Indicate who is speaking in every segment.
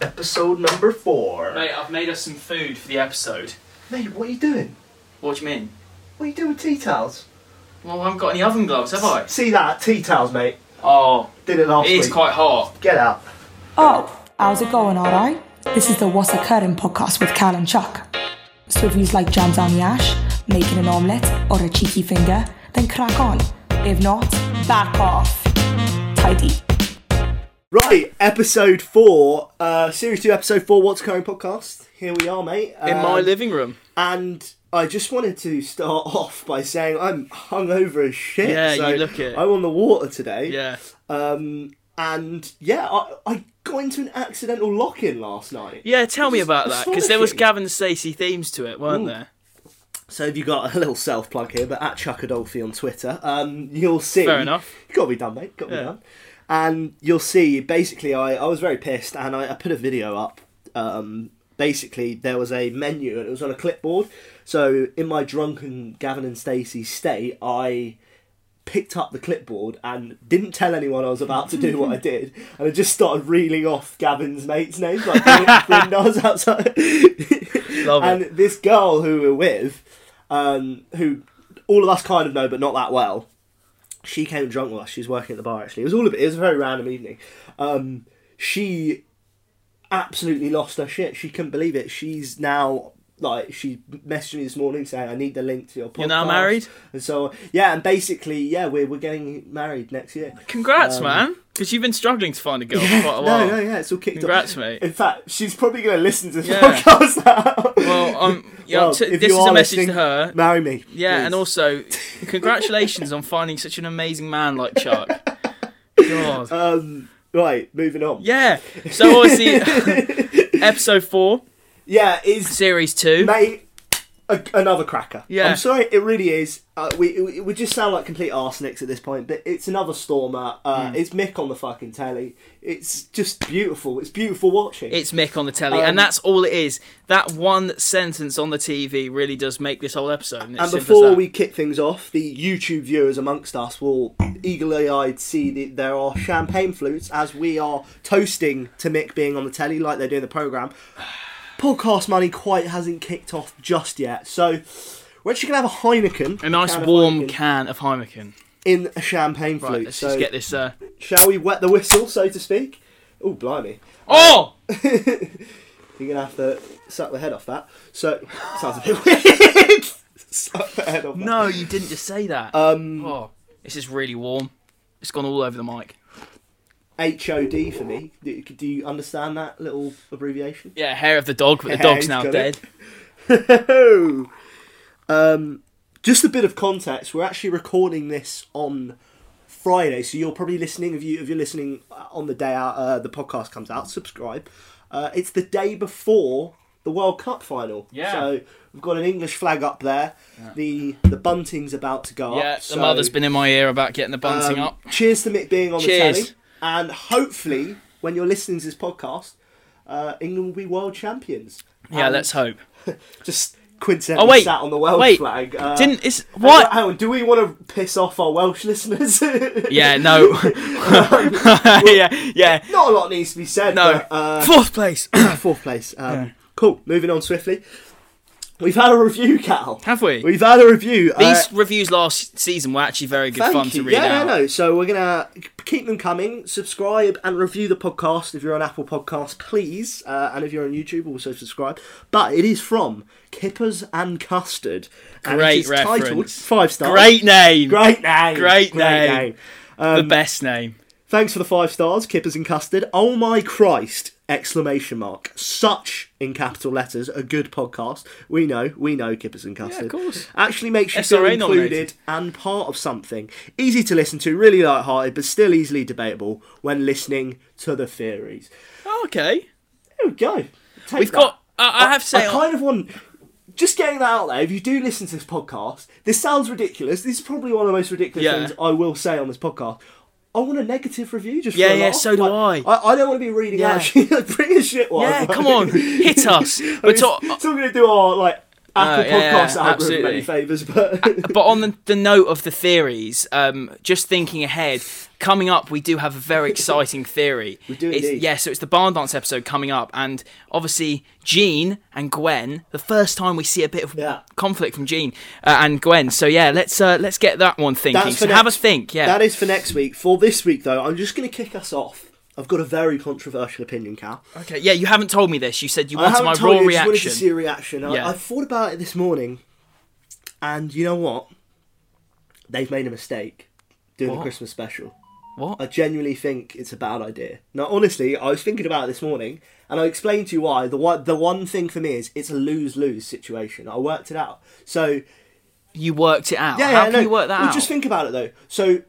Speaker 1: episode number four.
Speaker 2: Mate, I've made us some food for the episode.
Speaker 1: Mate, what are you doing?
Speaker 2: What do you mean?
Speaker 1: What are you doing with tea towels?
Speaker 2: Well, I haven't got any oven gloves, have I?
Speaker 1: See that? Tea towels, mate.
Speaker 2: Oh,
Speaker 1: Did it last
Speaker 2: it is
Speaker 1: week.
Speaker 2: quite hot.
Speaker 1: Get out.
Speaker 3: Oh, how's it going, alright? This is the What's Occurring podcast with Cal and Chuck. So if you like jams on the ash, making an omelette, or a cheeky finger, then crack on. If not, back off. Tidy.
Speaker 1: Right, episode four, uh, series two, episode four, What's Current podcast. Here we are, mate.
Speaker 2: In my
Speaker 1: Um,
Speaker 2: living room.
Speaker 1: And I just wanted to start off by saying I'm hungover as shit.
Speaker 2: Yeah,
Speaker 1: so
Speaker 2: you look it.
Speaker 1: I'm on the water today.
Speaker 2: Yeah.
Speaker 1: Um, and yeah, I, I got into an accidental lock in last night.
Speaker 2: Yeah, tell me
Speaker 1: It's
Speaker 2: about that, because there was
Speaker 1: astonishing.
Speaker 2: Gavin Stacey themes to it, weren't
Speaker 1: Mm.
Speaker 2: there?
Speaker 1: So if you got a little self plug here, but at Chuck Adolphi on Twitter, um, you'll see.
Speaker 2: Fair enough.
Speaker 1: You've got to be done, mate. Got to
Speaker 2: Yeah.
Speaker 1: be done. And you'll see. Basically, I, I was very pissed, and I, I put a video up. Um, basically, there was a menu, and it was on a clipboard. So in my drunken Gavin and Stacey state, I picked up the clipboard and didn't tell anyone I was about to do what I did, and I just started reeling off Gavin's mates' names, like Brindars outside.
Speaker 2: Love it.
Speaker 1: and this girl who we're with, um, who all of us kind of know, but not that well, she came drunk with us. She was working at the bar actually. It was all a bit. It was a very random evening. Um, she absolutely lost her shit. She couldn't believe it. She's now like she messaged me this morning saying I need the link to your podcast.
Speaker 2: You're now married?
Speaker 1: And so yeah, and basically yeah, we're we're getting married next year.
Speaker 2: Congrats,
Speaker 1: Um,
Speaker 2: man, because you've been struggling to find a girl for quite a
Speaker 1: No,
Speaker 2: while.
Speaker 1: no, yeah, it's all kicked
Speaker 2: Oh, Congrats,
Speaker 1: off.
Speaker 2: mate.
Speaker 1: In fact, she's probably going to listen to this
Speaker 2: Yeah.
Speaker 1: podcast now.
Speaker 2: Well, um, yeah,
Speaker 1: Well,
Speaker 2: t-
Speaker 1: if
Speaker 2: this
Speaker 1: you
Speaker 2: is
Speaker 1: are
Speaker 2: a message to
Speaker 1: listening,
Speaker 2: her.
Speaker 1: Marry me.
Speaker 2: Yeah,
Speaker 1: please.
Speaker 2: and also, congratulations on finding such an amazing man like Chuck. God.
Speaker 1: Um, right, moving on.
Speaker 2: yeah. So obviously, episode four,
Speaker 1: Yeah, is
Speaker 2: series two.
Speaker 1: mate a, another cracker.
Speaker 2: Yeah.
Speaker 1: I'm sorry, it really is. Uh, we it, we just sound like complete arsenics at this point, but it's another stormer.
Speaker 2: Hmm.
Speaker 1: Uh, It's Mick on the fucking telly. It's just beautiful. It's beautiful watching.
Speaker 2: It's Mick on the telly,
Speaker 1: Um,
Speaker 2: and that's all it is. That one sentence on the TV really does make this whole episode. And, it's
Speaker 1: and
Speaker 2: simple as
Speaker 1: before
Speaker 2: that.
Speaker 1: we kick things off, the YouTube viewers amongst us will eagle-eyed see that there are champagne flutes as we are toasting to Mick being on the telly like they're doing the program. Podcast money quite hasn't kicked off just yet, so we're actually gonna have a Heineken,
Speaker 2: a nice
Speaker 1: can of
Speaker 2: warm
Speaker 1: Heineken,
Speaker 2: can of Heineken.
Speaker 1: in a champagne flute.
Speaker 2: Right, let's
Speaker 1: so
Speaker 2: just get this. Uh...
Speaker 1: shall we wet the whistle, so to speak? Oh, blimey!
Speaker 2: Oh,
Speaker 1: You're gonna have to suck the head off that. So sounds a bit weird. suck the head off. that.
Speaker 2: No, you didn't just say that. Um, oh, this is really warm. It's gone all over the mic.
Speaker 1: HOD for me. Do, do you understand that little abbreviation?
Speaker 2: Yeah, hair of the dog, but the
Speaker 1: Yeah,
Speaker 2: dog's
Speaker 1: he's
Speaker 2: now
Speaker 1: got
Speaker 2: dead.
Speaker 1: it. um, just a bit of context. We're actually recording this on Friday, so you're probably listening. If you if you're listening uh, on the day out, uh, the podcast comes out. Subscribe. Uh, it's the day before the World Cup final.
Speaker 2: Yeah.
Speaker 1: So we've got an English flag up there. The the bunting's about to go up.
Speaker 2: Yeah, the
Speaker 1: Oh, so-
Speaker 2: mother's been in my ear about getting the bunting
Speaker 1: Um,
Speaker 2: up.
Speaker 1: Cheers to Mick being on
Speaker 2: Cheers.
Speaker 1: the telly. And hopefully, when you're listening to this podcast, uh, England will be world champions.
Speaker 2: Yeah,
Speaker 1: And
Speaker 2: let's hope.
Speaker 1: Just coincidentally
Speaker 2: Oh, wait.
Speaker 1: sat on the Welsh
Speaker 2: Wait.
Speaker 1: flag. Uh,
Speaker 2: Didn't it's
Speaker 1: hang on,
Speaker 2: what?
Speaker 1: Hang on, do we want to piss off our Welsh listeners?
Speaker 2: yeah, no. yeah, yeah.
Speaker 1: Not a lot needs to be said.
Speaker 2: No.
Speaker 1: But, uh,
Speaker 2: Fourth place.
Speaker 1: fourth place. Um, Cool. Moving on swiftly. We've had a review, Cal.
Speaker 2: Have we?
Speaker 1: We've had a review. uh,
Speaker 2: These reviews last season were actually very good
Speaker 1: Thank
Speaker 2: fun
Speaker 1: you.
Speaker 2: to read
Speaker 1: yeah,
Speaker 2: out.
Speaker 1: no, no. So we're gonna keep them coming. Subscribe and review the podcast if you're on Apple Podcasts, please. Uh, and if you're on YouTube, also subscribe. But it is from Kippers and Custard. And
Speaker 2: Great
Speaker 1: it is titled
Speaker 2: reference.
Speaker 1: Five stars.
Speaker 2: Great name.
Speaker 1: Great name.
Speaker 2: Great name. the best name.
Speaker 1: Thanks for the five stars, Kippers and Custard. Oh my Christ! Exclamation mark. Such in capital letters. A good podcast. We know. We know Kippers and Custard.
Speaker 2: course.
Speaker 1: Actually makes you feel
Speaker 2: SRA
Speaker 1: included
Speaker 2: nominated.
Speaker 1: and part of something. Easy to listen to, really light-hearted, but still easily debatable when listening to the theories.
Speaker 2: okay.
Speaker 1: There we go. Take
Speaker 2: We've
Speaker 1: that.
Speaker 2: got. I I have to say.
Speaker 1: Oh,
Speaker 2: uh,
Speaker 1: I kind of want. Just getting that out there, if you do listen to this podcast, this sounds ridiculous. This is probably one of the most ridiculous
Speaker 2: Yeah.
Speaker 1: things I will say on this podcast. I want a negative review just
Speaker 2: Yeah,
Speaker 1: for a
Speaker 2: yeah,
Speaker 1: laugh.
Speaker 2: so do
Speaker 1: Like,
Speaker 2: I.
Speaker 1: I. I don't want to be reading
Speaker 2: Yeah.
Speaker 1: out. Bring a shit one.
Speaker 2: yeah,
Speaker 1: like.
Speaker 2: come on, hit us.
Speaker 1: I mean,
Speaker 2: But uh, talk,
Speaker 1: so we're going to do our, like, Apple
Speaker 2: yeah, yeah,
Speaker 1: Podcasts algorithm
Speaker 2: absolutely.
Speaker 1: many favours, but
Speaker 2: But on the, the note of the theories, um, just thinking ahead, coming up, we do have a very exciting theory. We
Speaker 1: do
Speaker 2: it's,
Speaker 1: indeed.
Speaker 2: Yeah, so it's the barn dance episode coming up, and obviously Jean and Gwen. The first time we see a bit of
Speaker 1: Yeah.
Speaker 2: conflict from Jean uh, and Gwen. So yeah, let's uh, let's get that one thinking.
Speaker 1: That's
Speaker 2: so
Speaker 1: for
Speaker 2: have a
Speaker 1: next-
Speaker 2: think. Yeah,
Speaker 1: that is for next week. For this week, though, I'm just going to kick us off. I've got a very controversial opinion, Cal.
Speaker 2: okay. Yeah, you haven't told me this. You said you
Speaker 1: I
Speaker 2: wanted
Speaker 1: haven't
Speaker 2: my
Speaker 1: told you, I
Speaker 2: raw
Speaker 1: just wanted
Speaker 2: reaction.
Speaker 1: to see a reaction. I-
Speaker 2: Yeah.
Speaker 1: I, thought about it this morning, and you know what? They've made a mistake doing the
Speaker 2: What?
Speaker 1: Christmas special.
Speaker 2: What?
Speaker 1: I genuinely think it's a bad idea. Now, honestly, I was thinking about it this morning, and I explained to you why. The one, the one thing for me is it's a lose lose situation. I worked it out. So
Speaker 2: you worked it out.
Speaker 1: yeah,
Speaker 2: How
Speaker 1: yeah,
Speaker 2: can
Speaker 1: no,
Speaker 2: you work that
Speaker 1: well,
Speaker 2: out?
Speaker 1: Just think about it though. So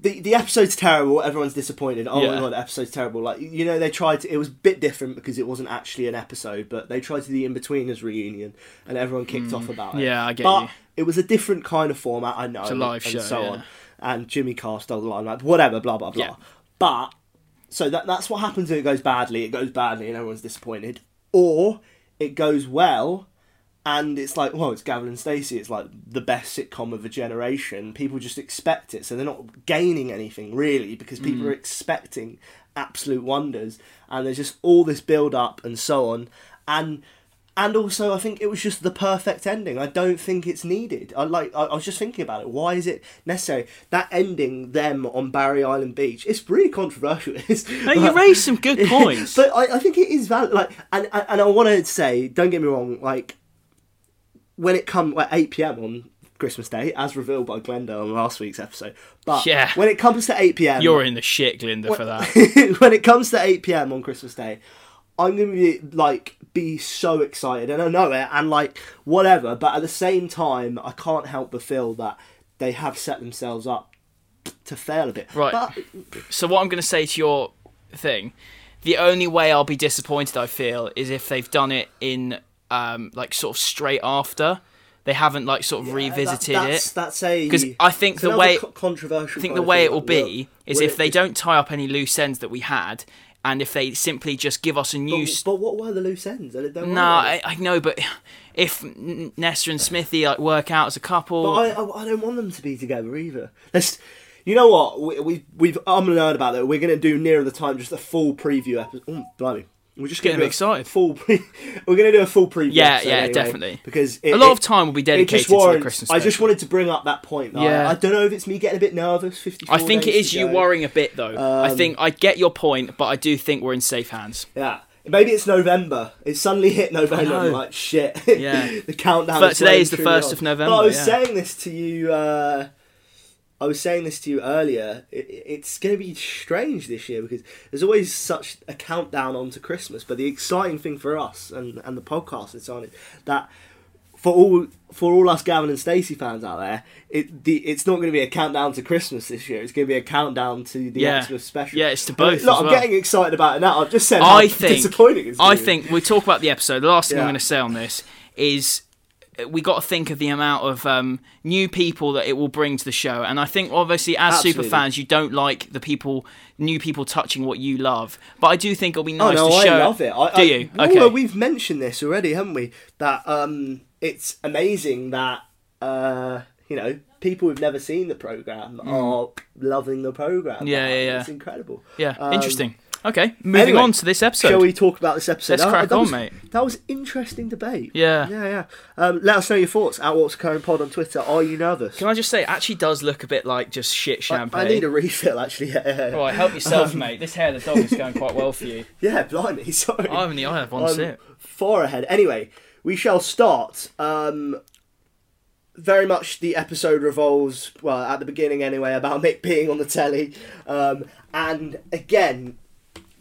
Speaker 1: the the episode's terrible. Everyone's disappointed. Oh
Speaker 2: Yeah.
Speaker 1: my god, the episode's terrible. Like you know, they tried to. It was a bit different because it wasn't actually an episode, but they tried to do the in betweeners reunion, and everyone kicked off about it.
Speaker 2: Hmm. yeah, I get
Speaker 1: but
Speaker 2: you.
Speaker 1: it was a different kind of format. I know. It's
Speaker 2: a live
Speaker 1: and
Speaker 2: show,
Speaker 1: so
Speaker 2: yeah.
Speaker 1: on. And Jimmy Carr stole the limelight. Whatever. Blah blah blah.
Speaker 2: Yeah.
Speaker 1: But so that that's what happens when it goes badly. It goes badly, and everyone's disappointed. Or it goes well, and it's like, well, it's Gavin and Stacey. It's like the best sitcom of a generation. People just expect it, so they're not gaining anything really because people are expecting absolute wonders, and there's just all this build up and so on, and and also I think it was just the perfect ending. I don't think it's needed. I like I, I was just thinking about it. Why is it necessary? That ending them on Barry Island Beach. It's really controversial. It's,
Speaker 2: No, you raised some good points.
Speaker 1: but I, I think it is valid. Like, and and and I want to say, don't get me wrong. Like, when it comes at eight pm on Christmas Day, as revealed by Glenda on last week's episode. But
Speaker 2: Yeah.
Speaker 1: when it comes to eight pm,
Speaker 2: You're in the shit, Glinda, for that.
Speaker 1: when it comes to 8 p.m. on Christmas Day, I'm gonna be like be so excited, and I know it, and like whatever. But at the same time, I can't help but feel that they have set themselves up to fail a bit.
Speaker 2: Right.
Speaker 1: But
Speaker 2: So what I'm going to say to your thing, the only way I'll be disappointed, I feel, is if they've done it in um, like sort of straight after. They haven't like sort of revisited
Speaker 1: that, that's,
Speaker 2: it.
Speaker 1: That's a
Speaker 2: 'Cause I think
Speaker 1: it's
Speaker 2: the
Speaker 1: another
Speaker 2: way-
Speaker 1: co- controversial.
Speaker 2: I think
Speaker 1: kind
Speaker 2: the
Speaker 1: of
Speaker 2: way
Speaker 1: thing,
Speaker 2: it will
Speaker 1: like,
Speaker 2: be
Speaker 1: will-
Speaker 2: is
Speaker 1: will
Speaker 2: if
Speaker 1: it
Speaker 2: they
Speaker 1: be-
Speaker 2: don't tie up any loose ends that we had, and if they simply just give us a new.
Speaker 1: But, but what were the loose ends? There- there
Speaker 2: no,
Speaker 1: weren't any.
Speaker 2: I, I know, but if N- Nesta and Smithy like work out as a couple,
Speaker 1: But I, I, I don't want them to be together either. Let's, you know what? We, we, we've unlearned about that. We're going to do nearer the time just a full preview episode. Oh, blimey. We're just going to
Speaker 2: Getting excited.
Speaker 1: Full pre- we're going to do a full preview.
Speaker 2: Yeah,
Speaker 1: episode
Speaker 2: yeah,
Speaker 1: anyway,
Speaker 2: definitely.
Speaker 1: Because it,
Speaker 2: a lot
Speaker 1: it-
Speaker 2: of time will be
Speaker 1: it
Speaker 2: dedicated
Speaker 1: just
Speaker 2: to the
Speaker 1: warrants-
Speaker 2: Christmas.
Speaker 1: I just
Speaker 2: special.
Speaker 1: wanted to bring up that point. Though.
Speaker 2: Yeah.
Speaker 1: I, I don't know if it's me getting a bit nervous. Fifty.
Speaker 2: I think it is you
Speaker 1: worry.
Speaker 2: worrying a bit though. I think I get your point, but I do think we're in safe hands.
Speaker 1: Yeah. Maybe it's November. It suddenly hit November.
Speaker 2: know.
Speaker 1: I'm like, shit.
Speaker 2: Yeah.
Speaker 1: the countdown.
Speaker 2: But
Speaker 1: is
Speaker 2: today
Speaker 1: well
Speaker 2: is the
Speaker 1: and truly
Speaker 2: 1st of
Speaker 1: on.
Speaker 2: November,
Speaker 1: But I was
Speaker 2: yeah.
Speaker 1: saying this to you. Uh, I was saying this to you earlier. It, it's going to be strange this year because there's always such a countdown onto Christmas. But the exciting thing for us and and the podcast and so on is that for all for all us Gavin and Stacey fans out there, it the it's not going to be a countdown to Christmas this year. It's going to be a countdown to the
Speaker 2: Yeah.
Speaker 1: Xmas special.
Speaker 2: Yeah, it's to
Speaker 1: And look,
Speaker 2: both as
Speaker 1: Look, I'm
Speaker 2: well.
Speaker 1: getting excited about it now. I've just said how
Speaker 2: I think
Speaker 1: disappointing. It's
Speaker 2: I
Speaker 1: been.
Speaker 2: think we talk about the episode. The last thing I'm
Speaker 1: Yeah.
Speaker 2: going to say on this is uh, we got to think of the amount of um, new people that it will bring to the show. And I think obviously as super
Speaker 1: Absolutely.
Speaker 2: fans, you don't like the people, new people touching what you love. But I do think it'll be
Speaker 1: Oh
Speaker 2: nice
Speaker 1: no,
Speaker 2: to
Speaker 1: I
Speaker 2: show.
Speaker 1: love it. I, I,
Speaker 2: do you?
Speaker 1: well,
Speaker 2: okay.
Speaker 1: we've mentioned this already, haven't we? That um, it's amazing that uh, you know people who've never seen the program are loving the program.
Speaker 2: Mm. Yeah, yeah, yeah.
Speaker 1: It's incredible.
Speaker 2: yeah.
Speaker 1: Um,
Speaker 2: Interesting. Okay. Moving
Speaker 1: anyway,
Speaker 2: on to this episode.
Speaker 1: Shall we talk about this episode?
Speaker 2: Let's
Speaker 1: That-
Speaker 2: crack
Speaker 1: that
Speaker 2: on,
Speaker 1: was-
Speaker 2: mate.
Speaker 1: That was interesting debate.
Speaker 2: Yeah.
Speaker 1: yeah, yeah. Um, let us know your thoughts at What's Current Pod on Twitter. Are you nervous?
Speaker 2: Can I just say, it actually does look a bit like just
Speaker 1: I,
Speaker 2: shit champagne.
Speaker 1: I need a refill, actually. Yeah, yeah, yeah.
Speaker 2: All right, help yourself, mate. This hair of the dog is going quite well for you.
Speaker 1: yeah blimey, sorry.
Speaker 2: I only I have one
Speaker 1: I'm
Speaker 2: sip.
Speaker 1: Far ahead. Anyway, we shall start. Um, very much the episode revolves, well, at the beginning anyway, about Mick being on the telly. Um, and again,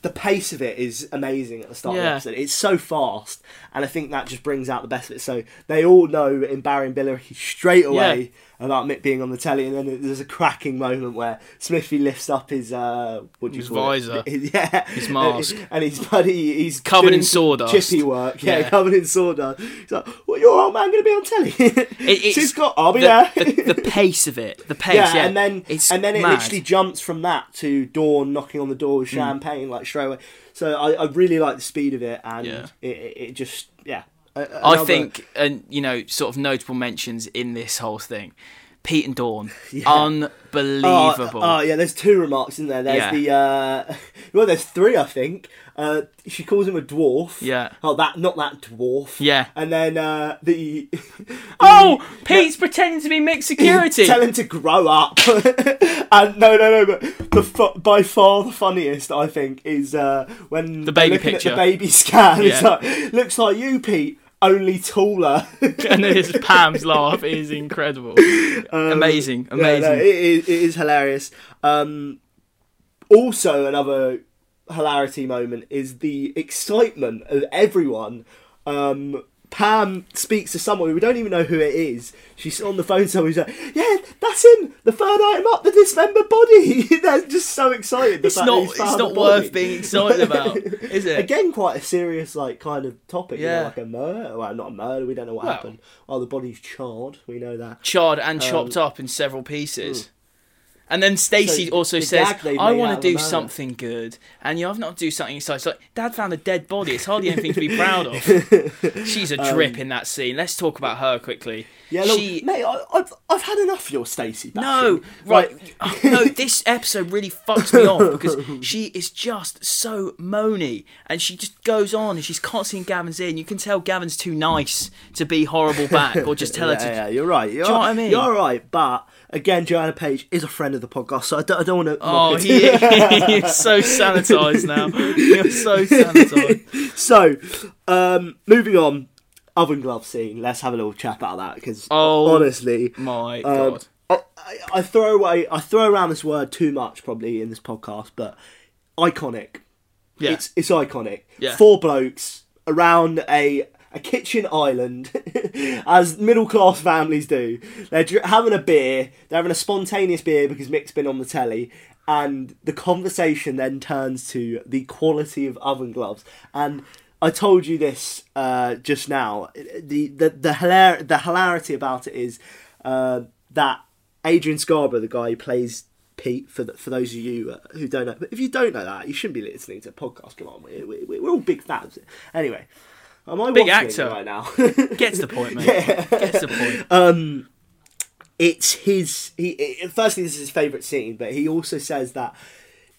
Speaker 1: the pace of it is amazing at the start
Speaker 2: Yeah.
Speaker 1: of the episode. It's so fast, and I think that just brings out the best of it. So they all know in Barry and Billericay straight away about Mick being on the telly, and then there's a cracking moment where Smithy lifts up his uh, what do you
Speaker 2: His
Speaker 1: call it?
Speaker 2: visor.
Speaker 1: yeah,
Speaker 2: His mask.
Speaker 1: and his buddy, he's
Speaker 2: Covered
Speaker 1: doing
Speaker 2: in
Speaker 1: some
Speaker 2: sawdust.
Speaker 1: chippy work. Yeah,
Speaker 2: Yeah.
Speaker 1: covered in sawdust. He's like, "Well, your old man going to be on telly?"
Speaker 2: it's-
Speaker 1: She's got. I'll be
Speaker 2: the,
Speaker 1: there.
Speaker 2: the, the pace of it, the pace.
Speaker 1: yeah,
Speaker 2: Yeah,
Speaker 1: and then
Speaker 2: it's
Speaker 1: and then it
Speaker 2: mad. Hmm.
Speaker 1: literally jumps from that to Dawn knocking on the door with champagne like straight away. So I, I really like the speed of it, and
Speaker 2: Yeah.
Speaker 1: it, it, it just yeah. a-
Speaker 2: I
Speaker 1: another-
Speaker 2: think, and you know, sort of notable mentions in this whole thing. Pete and Dawn, unbelievable.
Speaker 1: Oh, oh, yeah, there's two remarks in there. There's
Speaker 2: Yeah.
Speaker 1: the uh, well, there's three, I think. Uh, she calls him a dwarf.
Speaker 2: Yeah.
Speaker 1: Oh, that not that dwarf.
Speaker 2: Yeah.
Speaker 1: And then uh, the
Speaker 2: Oh, Pete's pretending to be mixed security.
Speaker 1: tell him to grow up. and no, no, no. But the fu- by far the funniest I think is uh, when the
Speaker 2: baby
Speaker 1: At
Speaker 2: picture.
Speaker 1: the baby scan. It's
Speaker 2: Yeah.
Speaker 1: like looks like you, Pete. Only taller.
Speaker 2: and then his Pam's laugh is incredible. amazing,
Speaker 1: Um, Yeah, no,
Speaker 2: amazing.
Speaker 1: it, is, it is hilarious. Um, also, another hilarity moment is the excitement of everyone. Um, Pam speaks to someone who we don't even know who it is. She's on the phone to someone who's like, "Yeah, that's him. The third item up, the dismembered body." They're just so excited. the
Speaker 2: it's
Speaker 1: fact that
Speaker 2: not.
Speaker 1: he's
Speaker 2: It's
Speaker 1: found
Speaker 2: not
Speaker 1: the
Speaker 2: worth
Speaker 1: body.
Speaker 2: being excited about, is it?
Speaker 1: Again, quite a serious like kind of topic. Yeah,
Speaker 2: Yeah.
Speaker 1: like a murder. Well, not a murder. We don't know what
Speaker 2: Well.
Speaker 1: happened. Oh, the body's charred. We know that.
Speaker 2: charred and
Speaker 1: Um,
Speaker 2: chopped up in several pieces. And then Stacy
Speaker 1: hmm. So
Speaker 2: also
Speaker 1: the
Speaker 2: says,
Speaker 1: gag they've
Speaker 2: "I
Speaker 1: made
Speaker 2: want
Speaker 1: out of
Speaker 2: to do
Speaker 1: the murder.
Speaker 2: something good, and you have not do something exciting." It's like, Dad found a dead body. It's hardly anything to be proud of. She's a drip in that scene. Let's talk about her quickly.
Speaker 1: Um, Yeah, look,
Speaker 2: she
Speaker 1: mate, I, I've, I've had enough of your Stacey.
Speaker 2: no
Speaker 1: bashing.
Speaker 2: right no. This episode really fucks me off because she is just so moany, and she just goes on, and she's constantly in Gavin's ear. And you can tell Gavin's too nice to be horrible back, or just tell her
Speaker 1: yeah,
Speaker 2: to
Speaker 1: yeah, you're right. You're,
Speaker 2: know what I mean?
Speaker 1: You're right, but again, Joanna Page is a friend of the podcast, so I don't, I don't want to.
Speaker 2: Oh, he, he's so sanitized now. You're so sanitized.
Speaker 1: So, um, moving on, oven glove scene. Let's have a little chat about that because
Speaker 2: Oh,
Speaker 1: honestly,
Speaker 2: My
Speaker 1: um,
Speaker 2: God.
Speaker 1: I, I, I throw away, I throw around this word too much probably in this podcast, but iconic.
Speaker 2: Yeah.
Speaker 1: It's it's iconic.
Speaker 2: Yeah.
Speaker 1: Four blokes around a a kitchen island, as middle class families do. They're dr- having a beer. They're having a spontaneous beer because Mick's been on the telly, and the conversation then turns to the quality of oven gloves. And I told you this uh, just now. The the the, hilar- the hilarity about it is uh, that Adrian Scarborough, the guy who plays Pete, for th for those of you uh, who don't know, but if you don't know that, you shouldn't be listening to the podcast. Come on, we're, we're, we're all big fans. Anyway, am I big
Speaker 2: actor.
Speaker 1: right now?
Speaker 2: Gets the point, mate. Gets the point.
Speaker 1: Um, it's his. He i firstly, this is his favourite scene, but he also says that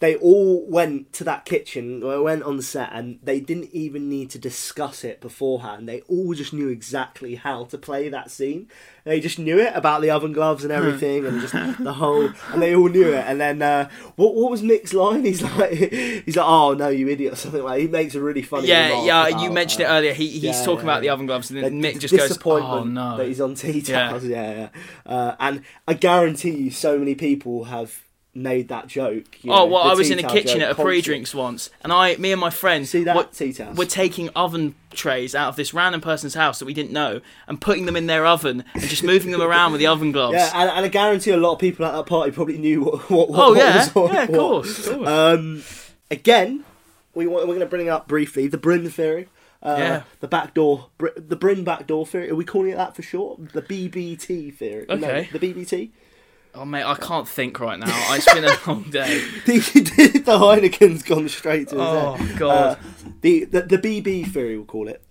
Speaker 1: they all went to that kitchen, or went on set, and they didn't even need to discuss it beforehand. They all just knew exactly how to play that scene. They just knew it about the oven gloves and everything, and just the whole. And they all knew it. And then uh, what? What was Mick's line? He's like, he's like, oh no, you idiot, or something like. He makes a really funny.
Speaker 2: yeah,
Speaker 1: remark
Speaker 2: yeah. You
Speaker 1: about,
Speaker 2: mentioned
Speaker 1: uh,
Speaker 2: it earlier. He, he's
Speaker 1: yeah,
Speaker 2: talking
Speaker 1: yeah,
Speaker 2: about the
Speaker 1: yeah.
Speaker 2: oven gloves, and
Speaker 1: the
Speaker 2: then Mick
Speaker 1: d-
Speaker 2: just goes,
Speaker 1: disappointment
Speaker 2: "Oh no."
Speaker 1: that he's on T
Speaker 2: Yeah.
Speaker 1: towels. Yeah, yeah. Uh, and I guarantee you, so many people have made that joke. you
Speaker 2: Oh
Speaker 1: know,
Speaker 2: well,
Speaker 1: the
Speaker 2: I was
Speaker 1: tea
Speaker 2: in a
Speaker 1: towel
Speaker 2: kitchen
Speaker 1: joke
Speaker 2: at a
Speaker 1: constantly.
Speaker 2: pre-drinks once, and I, me and my friend,
Speaker 1: See that
Speaker 2: were,
Speaker 1: tea towels?
Speaker 2: were taking oven trays out of this random person's house that we didn't know, and putting them in their oven, and just moving them around with the oven gloves.
Speaker 1: Yeah, and, and I guarantee a lot of people at that party probably knew what what, what,
Speaker 2: oh
Speaker 1: what
Speaker 2: yeah,
Speaker 1: was on.
Speaker 2: yeah, of
Speaker 1: what.
Speaker 2: course. of course.
Speaker 1: Um, again, we want, we're going to bring up briefly the Brin theory. Uh,
Speaker 2: Yeah.
Speaker 1: The backdoor, Br- the Brin backdoor theory. Are we calling it that for short? The BBT theory. No,
Speaker 2: Okay.
Speaker 1: the BBT.
Speaker 2: oh mate, I can't think right now. It's been a long day.
Speaker 1: the Heineken's gone straight to his
Speaker 2: Oh,
Speaker 1: head.
Speaker 2: God.
Speaker 1: Uh, the, the the BB theory we'll call it.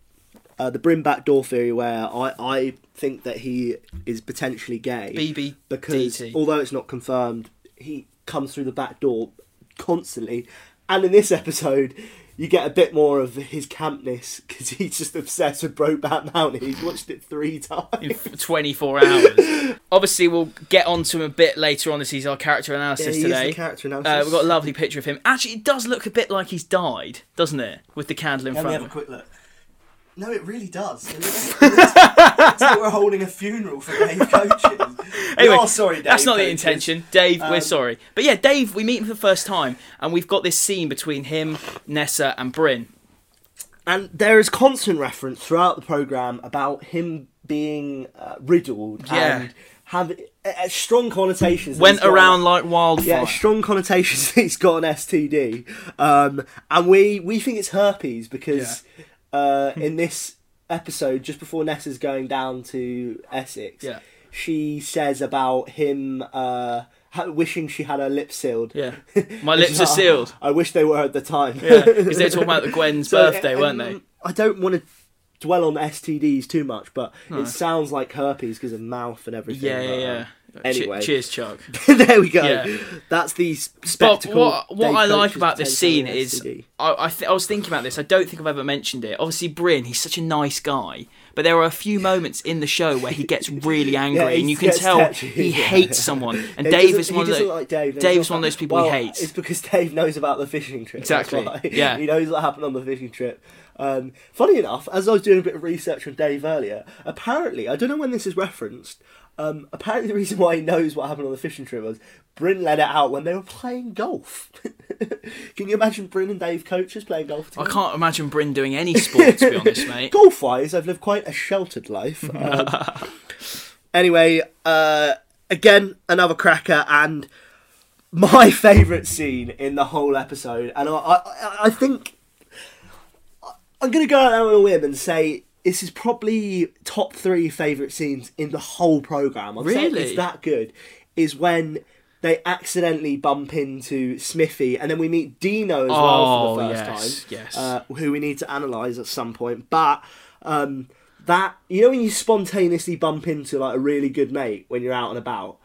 Speaker 1: Uh, the brim back door theory, where I, I think that he is potentially gay.
Speaker 2: BBDT.
Speaker 1: because although it's not confirmed, he comes through the back door constantly, and in this episode. You get a bit more of his campness because he's just obsessed with Brokeback Mountain. He's watched it three times.
Speaker 2: in f- 24 hours. Obviously, we'll get on to him a bit later on as he's our character analysis
Speaker 1: he is the
Speaker 2: today.
Speaker 1: character
Speaker 2: Uh,
Speaker 1: analysis.
Speaker 2: we've got a lovely picture of him. Actually, it does look a bit like he's died, doesn't it? With the candle in
Speaker 1: Let me
Speaker 2: front
Speaker 1: have a
Speaker 2: of him.
Speaker 1: quick look. No, it really does. It looks, it looks- it's like we're holding a funeral for Dave Coaches.
Speaker 2: Anyway,
Speaker 1: oh, sorry, Dave. Um,
Speaker 2: that's not the
Speaker 1: Coaches.
Speaker 2: intention. Dave, we're sorry. But yeah, Dave, we meet him for the first time, and we've got this scene between him, Nessa, and Bryn.
Speaker 1: And there is constant reference throughout the program about him being uh, riddled
Speaker 2: Yeah.
Speaker 1: and have uh, uh, strong connotations. that
Speaker 2: Went
Speaker 1: he's got-
Speaker 2: around like wildfire.
Speaker 1: Yeah, strong connotations that he's got an STD, um, and we we think it's herpes because uh, in this episode, just before Nessa's going down to Essex,
Speaker 2: Yeah.
Speaker 1: she says about him uh, ha- wishing she had her lips sealed.
Speaker 2: Yeah. My lips are sealed.
Speaker 1: I wish they were at the time.
Speaker 2: Yeah, because they were talking about the Gwen's
Speaker 1: So, um,
Speaker 2: birthday,
Speaker 1: and
Speaker 2: weren't they?
Speaker 1: I don't want to dwell on STDs too much, but it sounds like herpes because of mouth and everything.
Speaker 2: Yeah, yeah,
Speaker 1: but,
Speaker 2: yeah.
Speaker 1: um,
Speaker 2: Che-
Speaker 1: Anyway,
Speaker 2: cheers, Chuck.
Speaker 1: there we go.
Speaker 2: Yeah.
Speaker 1: That's the s-
Speaker 2: But
Speaker 1: spectacle.
Speaker 2: what what
Speaker 1: they
Speaker 2: I like
Speaker 1: coaches
Speaker 2: about this
Speaker 1: take
Speaker 2: scene
Speaker 1: on
Speaker 2: is
Speaker 1: STD.
Speaker 2: I I, th- I was thinking about this. I don't think I've ever mentioned it. Obviously, Bryn, he's such a nice guy, but there are a few moments in the show where he gets really angry,
Speaker 1: Yeah, he
Speaker 2: and you can
Speaker 1: gets
Speaker 2: tell
Speaker 1: touchy,
Speaker 2: he
Speaker 1: yeah.
Speaker 2: hates someone. And
Speaker 1: He
Speaker 2: Dave
Speaker 1: doesn't-
Speaker 2: is one
Speaker 1: he
Speaker 2: of those.
Speaker 1: doesn't like Dave. He's
Speaker 2: Dave's
Speaker 1: not
Speaker 2: one of
Speaker 1: that-
Speaker 2: those people
Speaker 1: well,
Speaker 2: he hates.
Speaker 1: It's because Dave knows about the fishing trip. that's
Speaker 2: Exactly,
Speaker 1: why.
Speaker 2: yeah.
Speaker 1: he knows what happened on the fishing trip. Um, funny enough, as I was doing a bit of research on Dave earlier, apparently I don't know when this is referenced. Um, apparently, the reason why he knows what happened on the fishing trip was Bryn let it out when they were playing golf. Can you imagine Bryn and Dave coaches playing golf
Speaker 2: I
Speaker 1: together?
Speaker 2: can't imagine Bryn doing any sport, to be honest, mate.
Speaker 1: golf wise, I've lived quite a sheltered life. Um, anyway, uh, again, another cracker and my favourite scene in the whole episode. And I, I, I think I'm going to go out there on a whim and say this is probably top three favourite scenes in the whole programme. I'm saying
Speaker 2: Really?
Speaker 1: It's that good. Is when. They accidentally bump into Smithy, and then we meet Dino as well for
Speaker 2: Oh,
Speaker 1: the first
Speaker 2: yes,
Speaker 1: time.
Speaker 2: yes.
Speaker 1: Uh, who we need to analyze at some point. But um, that you know when you spontaneously bump into like a really good mate when you're out and about,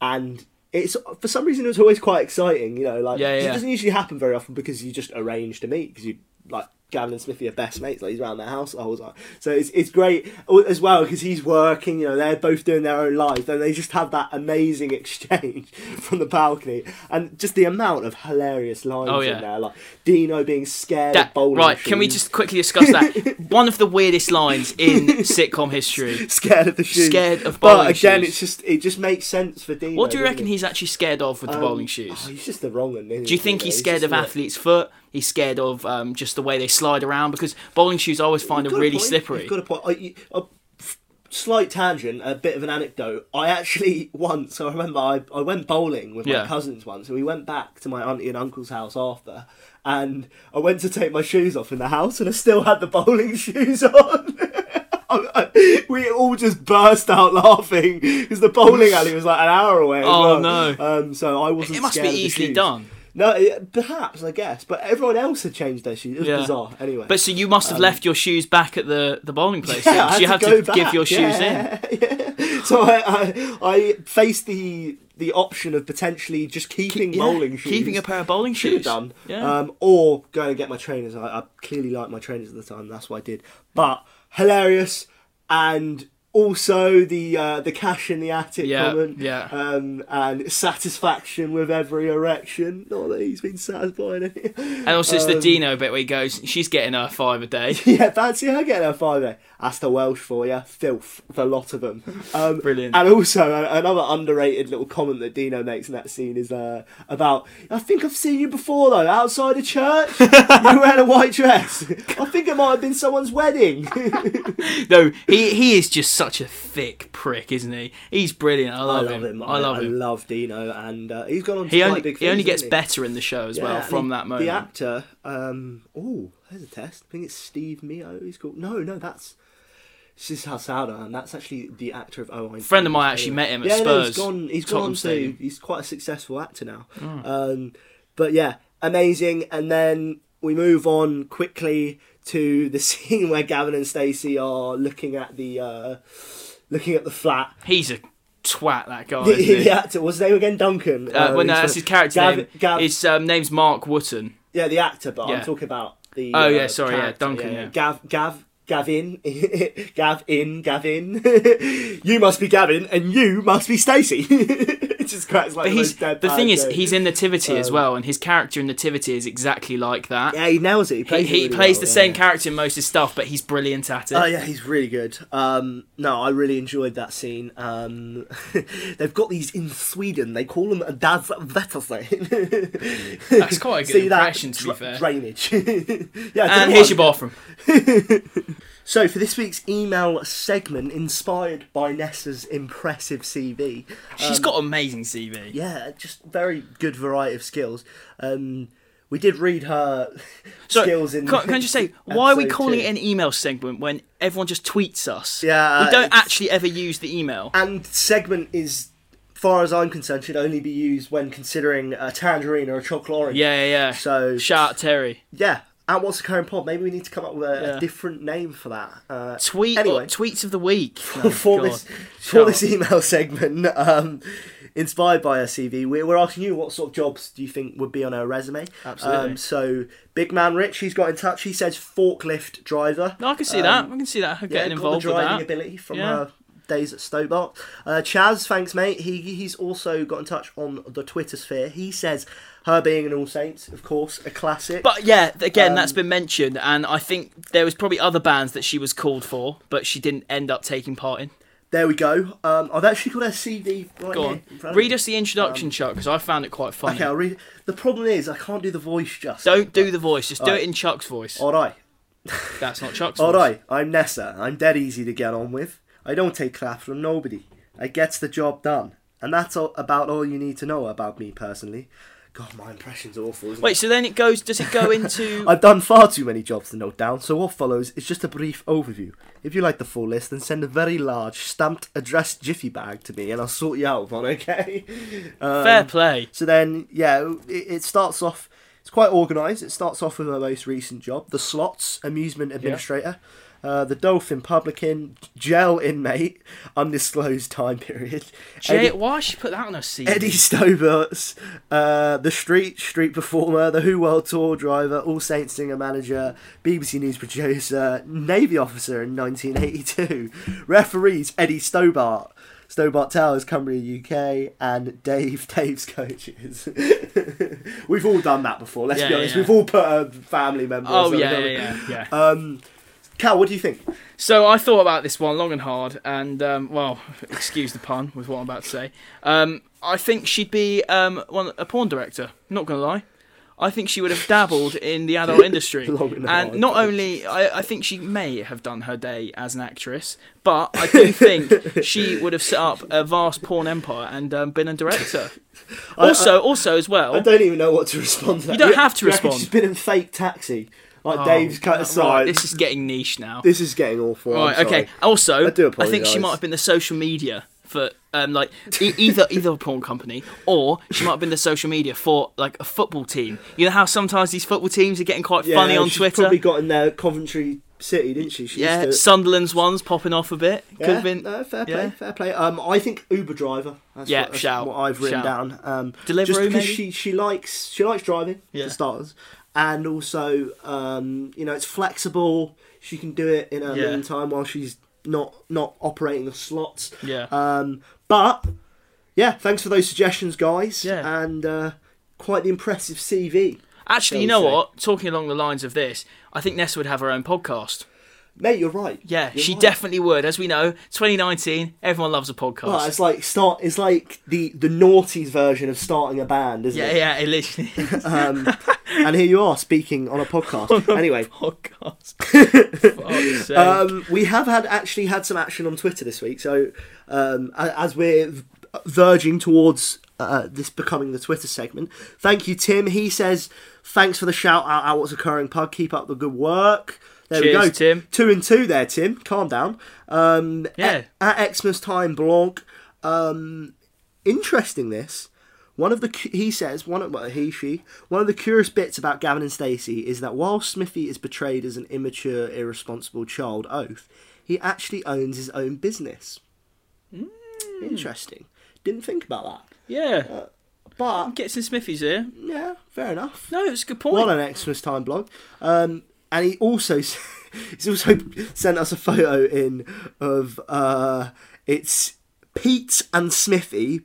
Speaker 1: and it's for some reason it was always quite exciting. You know, like
Speaker 2: Yeah, yeah.
Speaker 1: it doesn't usually happen very often because you just arrange to meet because you like. Gavin and Smithy are best mates. Like he's around their house the whole time, so it's it's great as well because he's working. You know, they're both doing their own lives, and they just have that amazing exchange from the balcony, and just the amount of hilarious lines
Speaker 2: Oh, yeah.
Speaker 1: in there, like Dino being scared
Speaker 2: That-
Speaker 1: of bowling.
Speaker 2: right, can we
Speaker 1: shoes.
Speaker 2: just quickly discuss that? One of the weirdest lines in sitcom history.
Speaker 1: scared of the shoes.
Speaker 2: Scared of bowling
Speaker 1: But again,
Speaker 2: shoes.
Speaker 1: it's just it just makes sense for Dino.
Speaker 2: What do you
Speaker 1: doesn't
Speaker 2: reckon
Speaker 1: it?
Speaker 2: he's actually scared of with the bowling
Speaker 1: Oh,
Speaker 2: shoes?
Speaker 1: he's just the wrong one.
Speaker 2: Do you think he's scared of athlete's foot? He's scared of um, just the way they slide around because bowling shoes I always find are really slippery.
Speaker 1: You've got a point. I, you- a f- slight tangent, a bit of an anecdote. I actually once I remember I, I went bowling with
Speaker 2: Yeah.
Speaker 1: my cousins once, and we went back to my auntie and uncle's house after. And I went to take my shoes off in the house, and I still had the bowling shoes on. I- I- we all just burst out laughing because the bowling alley was like an hour away. as well.
Speaker 2: Oh, no.
Speaker 1: Um, so I wasn't.
Speaker 2: It must be
Speaker 1: scared of the
Speaker 2: easily
Speaker 1: shoes.
Speaker 2: done.
Speaker 1: No, it, perhaps I guess, but everyone else had changed their shoes. It was
Speaker 2: Yeah.
Speaker 1: bizarre. Anyway,
Speaker 2: But so you
Speaker 1: Um,
Speaker 2: must have left your shoes back at the, the bowling place. then, 'cause you have to, give your shoes in.
Speaker 1: in. So I, I, I faced the the option of potentially just keeping
Speaker 2: Yeah,
Speaker 1: bowling shoes.
Speaker 2: Keeping a pair of bowling
Speaker 1: Should have
Speaker 2: shoes.
Speaker 1: done.
Speaker 2: Yeah.
Speaker 1: Um, or go and get my trainers. I, I clearly liked my trainers at the time. That's what I did. But hilarious and. Also, the uh, the cash in the attic
Speaker 2: Yeah,
Speaker 1: comment,
Speaker 2: yeah.
Speaker 1: um, and satisfaction with every erection. Not that he's been satisfied.
Speaker 2: and also it's
Speaker 1: um,
Speaker 2: the Dino bit where he goes, she's getting her five a day.
Speaker 1: Yeah, fancy her getting her five there. That's the Welsh for you. Filth, the lot of them. Um,
Speaker 2: Brilliant.
Speaker 1: And also, uh, another underrated little comment that Dino makes in that scene is uh, about, I think I've seen you before, though, outside a church. you were wearing a white dress. I think it might have been someone's wedding.
Speaker 2: no, he he is just such a thick prick, isn't he? He's brilliant. I
Speaker 1: I
Speaker 2: love,
Speaker 1: love him.
Speaker 2: I love him.
Speaker 1: love Dino, and uh, he's gone on to
Speaker 2: He
Speaker 1: quite
Speaker 2: only,
Speaker 1: big
Speaker 2: he only
Speaker 1: things,
Speaker 2: gets
Speaker 1: hasn't
Speaker 2: better in the show as
Speaker 1: Yeah,
Speaker 2: well
Speaker 1: and
Speaker 2: from
Speaker 1: he-
Speaker 2: that moment.
Speaker 1: The actor, um, oh, there's a test. I think it's Steve Mio. He's called. No, no, that's. This is Hasada, and that's actually the actor of Oh.
Speaker 2: Friend of mine actually met him at
Speaker 1: yeah, no, he's
Speaker 2: Spurs,
Speaker 1: gone. He's
Speaker 2: Tottenham
Speaker 1: gone on to.
Speaker 2: Stadium. Oh.
Speaker 1: He's quite a successful actor now. Um, but yeah, amazing. And then we move on quickly to the scene where Gavin and Stacey are looking at the uh, looking at the flat.
Speaker 2: He's a twat, that guy.
Speaker 1: The,
Speaker 2: Oh, Isn't he?
Speaker 1: the actor what's his name again? Duncan. Um,
Speaker 2: Uh, well, no, that's his character
Speaker 1: Gav-
Speaker 2: name.
Speaker 1: Gav-
Speaker 2: his um, name's Mark Wotton.
Speaker 1: Yeah, the actor, but
Speaker 2: Yeah.
Speaker 1: I'm talking about the.
Speaker 2: Oh,
Speaker 1: uh,
Speaker 2: yeah, sorry, yeah,
Speaker 1: character,
Speaker 2: Duncan, yeah.
Speaker 1: Gav, Gav, Gavin, Gavin, Gavin. you must be Gavin, and you must be Stacey. it just cracks Oh, like
Speaker 2: But
Speaker 1: the
Speaker 2: he's
Speaker 1: most deadpan
Speaker 2: the thing is
Speaker 1: joke.
Speaker 2: he's in Nativity
Speaker 1: Um,
Speaker 2: as well, and his character in Nativity is exactly like that.
Speaker 1: yeah, he nails it. He
Speaker 2: he
Speaker 1: plays, it
Speaker 2: he
Speaker 1: really
Speaker 2: plays
Speaker 1: well,
Speaker 2: the
Speaker 1: yeah.
Speaker 2: same character in most of his stuff, but he's brilliant at it.
Speaker 1: Oh yeah, he's really good. Um, no, I really enjoyed that scene. Um, they've got these in Sweden. They call them a das Vetterstein.
Speaker 2: That's quite a good
Speaker 1: See that
Speaker 2: impression, to be
Speaker 1: Dra-
Speaker 2: fair.
Speaker 1: drainage. yeah, I don't know
Speaker 2: and
Speaker 1: why
Speaker 2: here's
Speaker 1: I'm
Speaker 2: your bathroom.
Speaker 1: So, for this week's email segment, inspired by Nessa's impressive CV,
Speaker 2: She's got amazing CV.
Speaker 1: Um, yeah, just very good variety of skills. Um, we did read her
Speaker 2: So,
Speaker 1: skills in.
Speaker 2: can, can I just say, why are we
Speaker 1: episode
Speaker 2: calling
Speaker 1: two.
Speaker 2: it an e- email segment when everyone just tweets us?
Speaker 1: Yeah, uh,
Speaker 2: we don't
Speaker 1: it's- Uh,
Speaker 2: actually ever use the email.
Speaker 1: And segment is, far as I'm concerned, should only be used when considering a tangerine or a chocolate orange.
Speaker 2: Yeah, yeah, yeah.
Speaker 1: So-
Speaker 2: shout out Terry.
Speaker 1: Yeah. And what's the current pod? Maybe we need to come up with a,
Speaker 2: Yeah.
Speaker 1: a different name for that. Uh,
Speaker 2: Tweet
Speaker 1: Anyway.
Speaker 2: tweets of the week No,
Speaker 1: for
Speaker 2: Oh, God.
Speaker 1: this
Speaker 2: Shut
Speaker 1: for
Speaker 2: up.
Speaker 1: this e- email segment, um, inspired by our CV, we're, we're asking you what sort of jobs do you think would be on our resume.
Speaker 2: Absolutely.
Speaker 1: Um, so, Big Man Rich, he's got in touch. He says forklift driver.
Speaker 2: No, I can see that. I can see that. Her
Speaker 1: Um, Yeah,
Speaker 2: getting
Speaker 1: got
Speaker 2: involved
Speaker 1: the
Speaker 2: with
Speaker 1: driving
Speaker 2: that.
Speaker 1: ability from
Speaker 2: Yeah.
Speaker 1: her days at Stobart. Uh, Chaz, thanks, mate. He he's also got in touch on the Twitter sphere. He says her being an All Saints, of course, a classic.
Speaker 2: But yeah, th- again, that's
Speaker 1: Um,
Speaker 2: been mentioned, and I think there was probably other bands that she was called for, but she didn't end up taking part in.
Speaker 1: there we go. Um, I've actually got her CD right
Speaker 2: Go
Speaker 1: here.
Speaker 2: on,
Speaker 1: in front of
Speaker 2: read
Speaker 1: me.
Speaker 2: us the introduction, Chuck, because I found it quite funny.
Speaker 1: Um, Okay, I'll read. The problem is I can't do the voice just.
Speaker 2: Don't do the voice. Just do it in Chuck's voice.
Speaker 1: All right.
Speaker 2: That's not Chuck's
Speaker 1: All
Speaker 2: voice.
Speaker 1: right, I'm Nessa. I'm dead easy to get on with. I don't take crap from nobody. I gets the job done. And that's all, about all you need to know about me personally. God, my impression's awful, isn't
Speaker 2: Wait.
Speaker 1: it?
Speaker 2: So then it goes. Does it go into?
Speaker 1: I've done far too many jobs to note down, so what follows is just a brief overview. If you like the full list, then send a very large, stamped, addressed jiffy bag to me and I'll sort you out with one, okay? Um,
Speaker 2: Fair play.
Speaker 1: so then, yeah, it, it starts off. It's quite organised. It starts off with my most recent job, the slots amusement administrator, uh, the dolphin publican, jail inmate, undisclosed time period.
Speaker 2: Jay,
Speaker 1: Eddie-
Speaker 2: why she put that on her CV?
Speaker 1: Eddie Stobert's, uh, the street street performer, the Who World Tour driver, All Saints singer manager, BBC News producer, Navy officer in 1982, referees Eddie Stobart, Stobart Towers, Cumbria UK, and Dave Dave's coaches. We've all done that before. Let's
Speaker 2: Yeah,
Speaker 1: be
Speaker 2: yeah,
Speaker 1: honest.
Speaker 2: yeah.
Speaker 1: We've all put a family member. or
Speaker 2: Oh
Speaker 1: something,
Speaker 2: yeah,
Speaker 1: haven't
Speaker 2: yeah,
Speaker 1: we?
Speaker 2: yeah, yeah.
Speaker 1: Um, Cal, what do you think?
Speaker 2: So I thought about this one long and hard, and um, well, excuse the pun with what I'm about to say. Um, I think she'd be um, one a porn director. Not gonna lie, I think she would have dabbled in the adult industry,
Speaker 1: Long and
Speaker 2: and
Speaker 1: hard.
Speaker 2: not only I, I think she may have done her day as an actress, but I do think she would have set up a vast porn empire and um, been a director. Also, also as well,
Speaker 1: I don't even know what to respond to. That.
Speaker 2: You don't have to
Speaker 1: You reckon
Speaker 2: respond.
Speaker 1: She's been in fake taxi. Like
Speaker 2: Oh,
Speaker 1: Dave's cut
Speaker 2: right,
Speaker 1: aside.
Speaker 2: this is getting niche now.
Speaker 1: This is getting awful. I'm
Speaker 2: Right. Okay.
Speaker 1: sorry.
Speaker 2: Also,
Speaker 1: I
Speaker 2: I,
Speaker 1: do
Speaker 2: think
Speaker 1: apologise.
Speaker 2: she might have been the social media for um like e- either either a porn company or she might have been the social media for like a football team. You know how sometimes these football teams are getting quite
Speaker 1: Yeah,
Speaker 2: funny on
Speaker 1: she's
Speaker 2: Twitter.
Speaker 1: Probably got in there Coventry City, didn't she? she
Speaker 2: yeah,
Speaker 1: used to-
Speaker 2: Sunderland's ones popping off a bit. Could
Speaker 1: Yeah,
Speaker 2: have been
Speaker 1: no, fair play,
Speaker 2: yeah.
Speaker 1: fair play. Um, I think Uber driver. That's
Speaker 2: Yeah,
Speaker 1: what, that's
Speaker 2: shout,
Speaker 1: what I've written
Speaker 2: shout.
Speaker 1: down. Um,
Speaker 2: Deliveroo,
Speaker 1: just because
Speaker 2: maybe?
Speaker 1: she she likes she likes driving
Speaker 2: Yeah.
Speaker 1: for starters, and also um, you know it's flexible. She can do it in her
Speaker 2: Yeah.
Speaker 1: meantime while she's not not operating the slots.
Speaker 2: Yeah.
Speaker 1: Um, but yeah, thanks for those suggestions, guys.
Speaker 2: Yeah.
Speaker 1: And uh, quite the impressive CV.
Speaker 2: Actually, you
Speaker 1: shall
Speaker 2: know
Speaker 1: we say.
Speaker 2: what? Talking along the lines of this, I think Nessa would have her own podcast.
Speaker 1: Mate, you're right.
Speaker 2: Yeah,
Speaker 1: You're
Speaker 2: she
Speaker 1: right.
Speaker 2: definitely would. As we know, 2019, everyone loves a podcast.
Speaker 1: Oh, it's like start. It's like the the naughties version of starting a band, isn't
Speaker 2: yeah,
Speaker 1: it?
Speaker 2: yeah, it literally is a
Speaker 1: Um, and here you are speaking on a podcast. anyway,
Speaker 2: podcast. Fuck's sake.
Speaker 1: um, we have had actually had some action on Twitter this week. So um, a- as we're v- verging towards uh, this becoming the Twitter segment, thank you, Tim. He says thanks for the shout out. out what's occurring, pug. Keep up the good work. There we
Speaker 2: Cheers,
Speaker 1: go,
Speaker 2: Tim.
Speaker 1: Two and two there, Tim. Calm down. Um,
Speaker 2: Yeah.
Speaker 1: At, at Xmas time blog. Um, interesting. This. One of the cu- he says one of well, he she one of the curious bits about Gavin and Stacey is that while Smithy is portrayed as an immature, irresponsible child oaf, he actually owns his own business. Interesting. Didn't think about that.
Speaker 2: yeah.
Speaker 1: uh, But
Speaker 2: Get some Smithies here.
Speaker 1: yeah, fair enough.
Speaker 2: No, it's a good point.
Speaker 1: What an Xmas time blog. Um, and he also s- he's also sent us a photo in of uh, it's Pete and Smithy.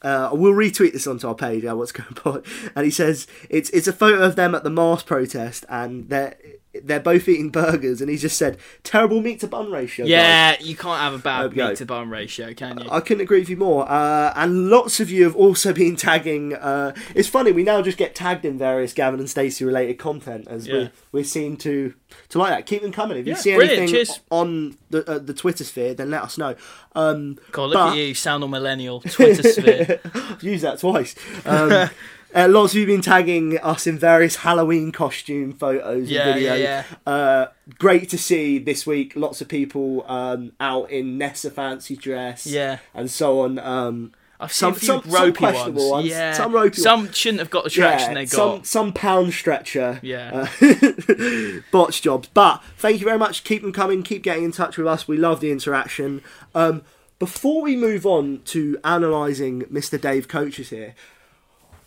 Speaker 1: Uh, we'll retweet this onto our page. Uh, what's going on? And he says it's it's a photo of them at the Mars protest, and they're they're both eating burgers. And he just said terrible meat to bun ratio. guys."
Speaker 2: yeah, you can't have a bad
Speaker 1: we go.
Speaker 2: meat to bun ratio, can you?
Speaker 1: I couldn't agree with you more. Uh, and lots of you have also been tagging. Uh, it's funny we now just get tagged in various Gavin and Stacey related content as
Speaker 2: Yeah.
Speaker 1: we we seem to to like that. Keep them coming. If
Speaker 2: Yeah,
Speaker 1: you see
Speaker 2: brilliant,
Speaker 1: anything
Speaker 2: cheers.
Speaker 1: on the uh, the Twitter sphere, then let us know. Um,
Speaker 2: God, look
Speaker 1: but-
Speaker 2: at you, sound on millennial Twitter sphere.
Speaker 1: I've used that twice. Um, uh, lots of you have been tagging us in various Halloween costume photos
Speaker 2: Yeah,
Speaker 1: and videos.
Speaker 2: yeah,
Speaker 1: Uh, great to see this week. Lots of people um, out in Nessa fancy dress
Speaker 2: Yeah.
Speaker 1: and so on. Um,
Speaker 2: I've
Speaker 1: Some-
Speaker 2: seen a few
Speaker 1: some- some
Speaker 2: ropey
Speaker 1: questionable
Speaker 2: ones.
Speaker 1: ones,
Speaker 2: Yeah.
Speaker 1: some ropey
Speaker 2: Some shouldn't have got the traction they
Speaker 1: some
Speaker 2: got.
Speaker 1: some pound stretcher.
Speaker 2: Yeah.
Speaker 1: uh, botch jobs. But thank you very much. Keep them coming. Keep getting in touch with us. We love the interaction. Um, before we move on to analysing Mr. Dave Coaches here,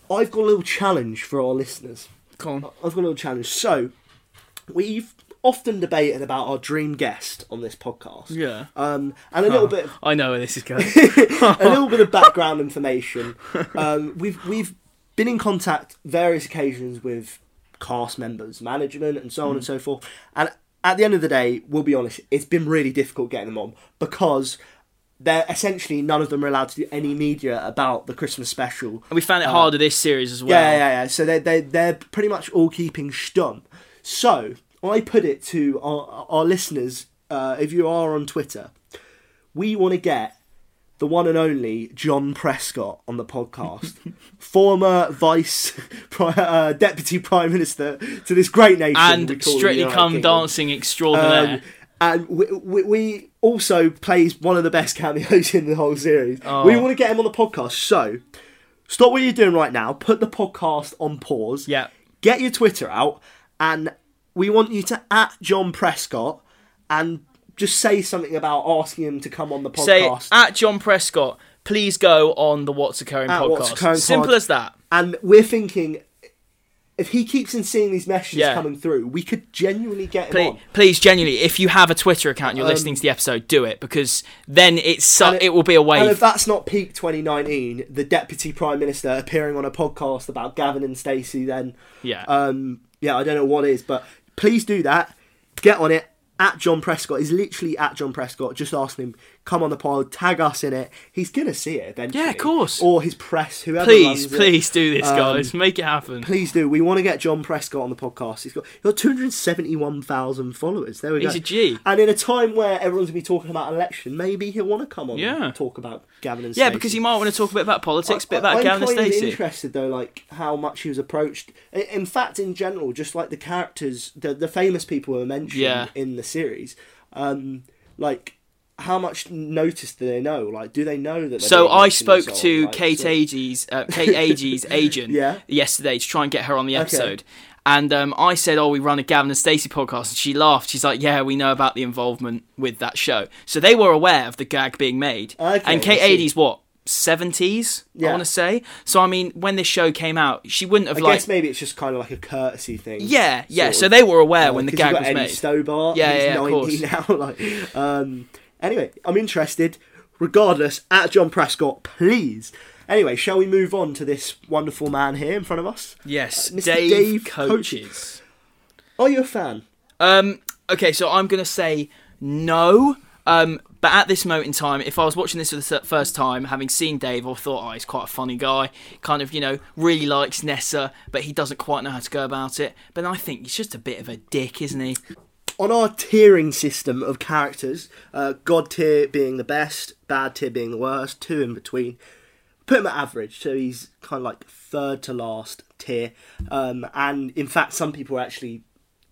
Speaker 1: I've got a little challenge for our listeners.
Speaker 2: Come on.
Speaker 1: I've got a little challenge. So we've often debated about our dream guest on this podcast.
Speaker 2: Yeah.
Speaker 1: Um, and a little bit of
Speaker 2: I know where this is going.
Speaker 1: a little bit of background information. Um, we've we've been in contact various occasions with cast members, management, and so on and so forth. And at the end of the day, we'll be honest, it's been really difficult getting them on because they're essentially none of them are allowed to do any media about the Christmas special.
Speaker 2: and we found it harder this series as well.
Speaker 1: Uh, Yeah, yeah, yeah. So they they they're pretty much all keeping stum. So I put it to our our listeners, uh, if you are on Twitter, we want to get the one and only John Prescott on the podcast, former Vice Pri- uh, Deputy Prime Minister to this great nation, we
Speaker 2: And
Speaker 1: call the
Speaker 2: Strictly
Speaker 1: United
Speaker 2: Come
Speaker 1: Kingdom.
Speaker 2: Dancing extraordinaire.
Speaker 1: Um, and we, we, we also plays one of the best cameos in the whole series.
Speaker 2: Oh.
Speaker 1: We want to get him on the podcast. So stop what you're doing right now. Put the podcast on pause.
Speaker 2: Yeah.
Speaker 1: Get your Twitter out, and we want you to at John Prescott and just say something about asking him to come on the
Speaker 2: Say
Speaker 1: podcast.
Speaker 2: at John Prescott, please go on the What's Occurring
Speaker 1: At
Speaker 2: podcast.
Speaker 1: What's Occurring
Speaker 2: Simple
Speaker 1: pod.
Speaker 2: as that.
Speaker 1: and we're thinking. If he keeps on seeing these messages
Speaker 2: Yeah.
Speaker 1: coming through, we could genuinely get him
Speaker 2: Please,
Speaker 1: on. Um,
Speaker 2: please, genuinely, if you have a Twitter account and you're listening to the episode, do it because then it's su-
Speaker 1: And
Speaker 2: it, will be a
Speaker 1: And if
Speaker 2: wave.
Speaker 1: that's not peak 2019, the deputy prime minister appearing on a podcast about Gavin and Stacey, then
Speaker 2: Yeah.
Speaker 1: um, yeah, I don't know what is, but please do that. Get on it. At John Prescott is literally at John Prescott. Just asking him, come on the pod, tag us in it. He's gonna see it eventually.
Speaker 2: Yeah, of course.
Speaker 1: Or his press, whoever.
Speaker 2: please,
Speaker 1: runs it.
Speaker 2: please do this,
Speaker 1: Um,
Speaker 2: guys. Make it happen.
Speaker 1: Please do. We want to get John Prescott on the podcast. He's got, he's got 271,000 followers. There we go.
Speaker 2: He's a G.
Speaker 1: And in a time where everyone's going to be talking about election, maybe he'll want to come on
Speaker 2: Yeah.
Speaker 1: and talk about Gavin and
Speaker 2: Yeah,
Speaker 1: Stacey.
Speaker 2: because you might want to talk a bit about politics, a bit about
Speaker 1: I'm
Speaker 2: Gavin and
Speaker 1: kind of
Speaker 2: Stacey.
Speaker 1: interested, though, like how much he was approached. I- In fact, in general, just like the characters, the, the famous people who are mentioned
Speaker 2: Yeah.
Speaker 1: in the series, um, like how much notice do they know? Like, do they know that? they're
Speaker 2: So
Speaker 1: being
Speaker 2: I
Speaker 1: mentioned and so
Speaker 2: spoke
Speaker 1: on?
Speaker 2: to
Speaker 1: Like,
Speaker 2: Kate
Speaker 1: so-
Speaker 2: Agee's uh, Kate Agee's agent
Speaker 1: Yeah.
Speaker 2: yesterday to try and get her on the episode. And um, I said, "Oh, we run a Gavin and Stacey podcast," and she laughed. She's like, "Yeah, we know about the involvement with that show." So they were aware of the gag being made.
Speaker 1: Okay,
Speaker 2: and Kate
Speaker 1: I see.
Speaker 2: Agee's what seventies?
Speaker 1: Yeah.
Speaker 2: I want to say. So I mean, when this show came out, she wouldn't have
Speaker 1: I
Speaker 2: like.
Speaker 1: guess maybe it's just kind of like a courtesy thing.
Speaker 2: yeah, yeah.
Speaker 1: sort
Speaker 2: So
Speaker 1: of.
Speaker 2: they were aware when the
Speaker 1: Uh, 'Cause
Speaker 2: gag
Speaker 1: you've
Speaker 2: was
Speaker 1: got Eddie
Speaker 2: made.
Speaker 1: Stobart,
Speaker 2: Yeah,
Speaker 1: he's
Speaker 2: yeah, of
Speaker 1: 90 now. Like, um, anyway, I'm interested. Regardless, at John Prescott, please. Anyway, shall we move on to this wonderful man here in front of us?
Speaker 2: yes,
Speaker 1: Mr.
Speaker 2: Uh, Dave,
Speaker 1: Dave
Speaker 2: coaches.
Speaker 1: Are you a fan?
Speaker 2: Um, okay, so I'm gonna say no. Um, but at this moment in time, if I was watching this for the fir- first time, having seen Dave, I thought, oh, he's quite a funny guy. Kind of, you know, really likes Nessa, but he doesn't quite know how to go about it. But I think he's just a bit of a dick, isn't he?
Speaker 1: On our tiering system of characters, uh, God tier being the best, bad tier being the worst, two in between. Put him at average, so he's kind of like third to last tier. Um, and in fact, some people are actually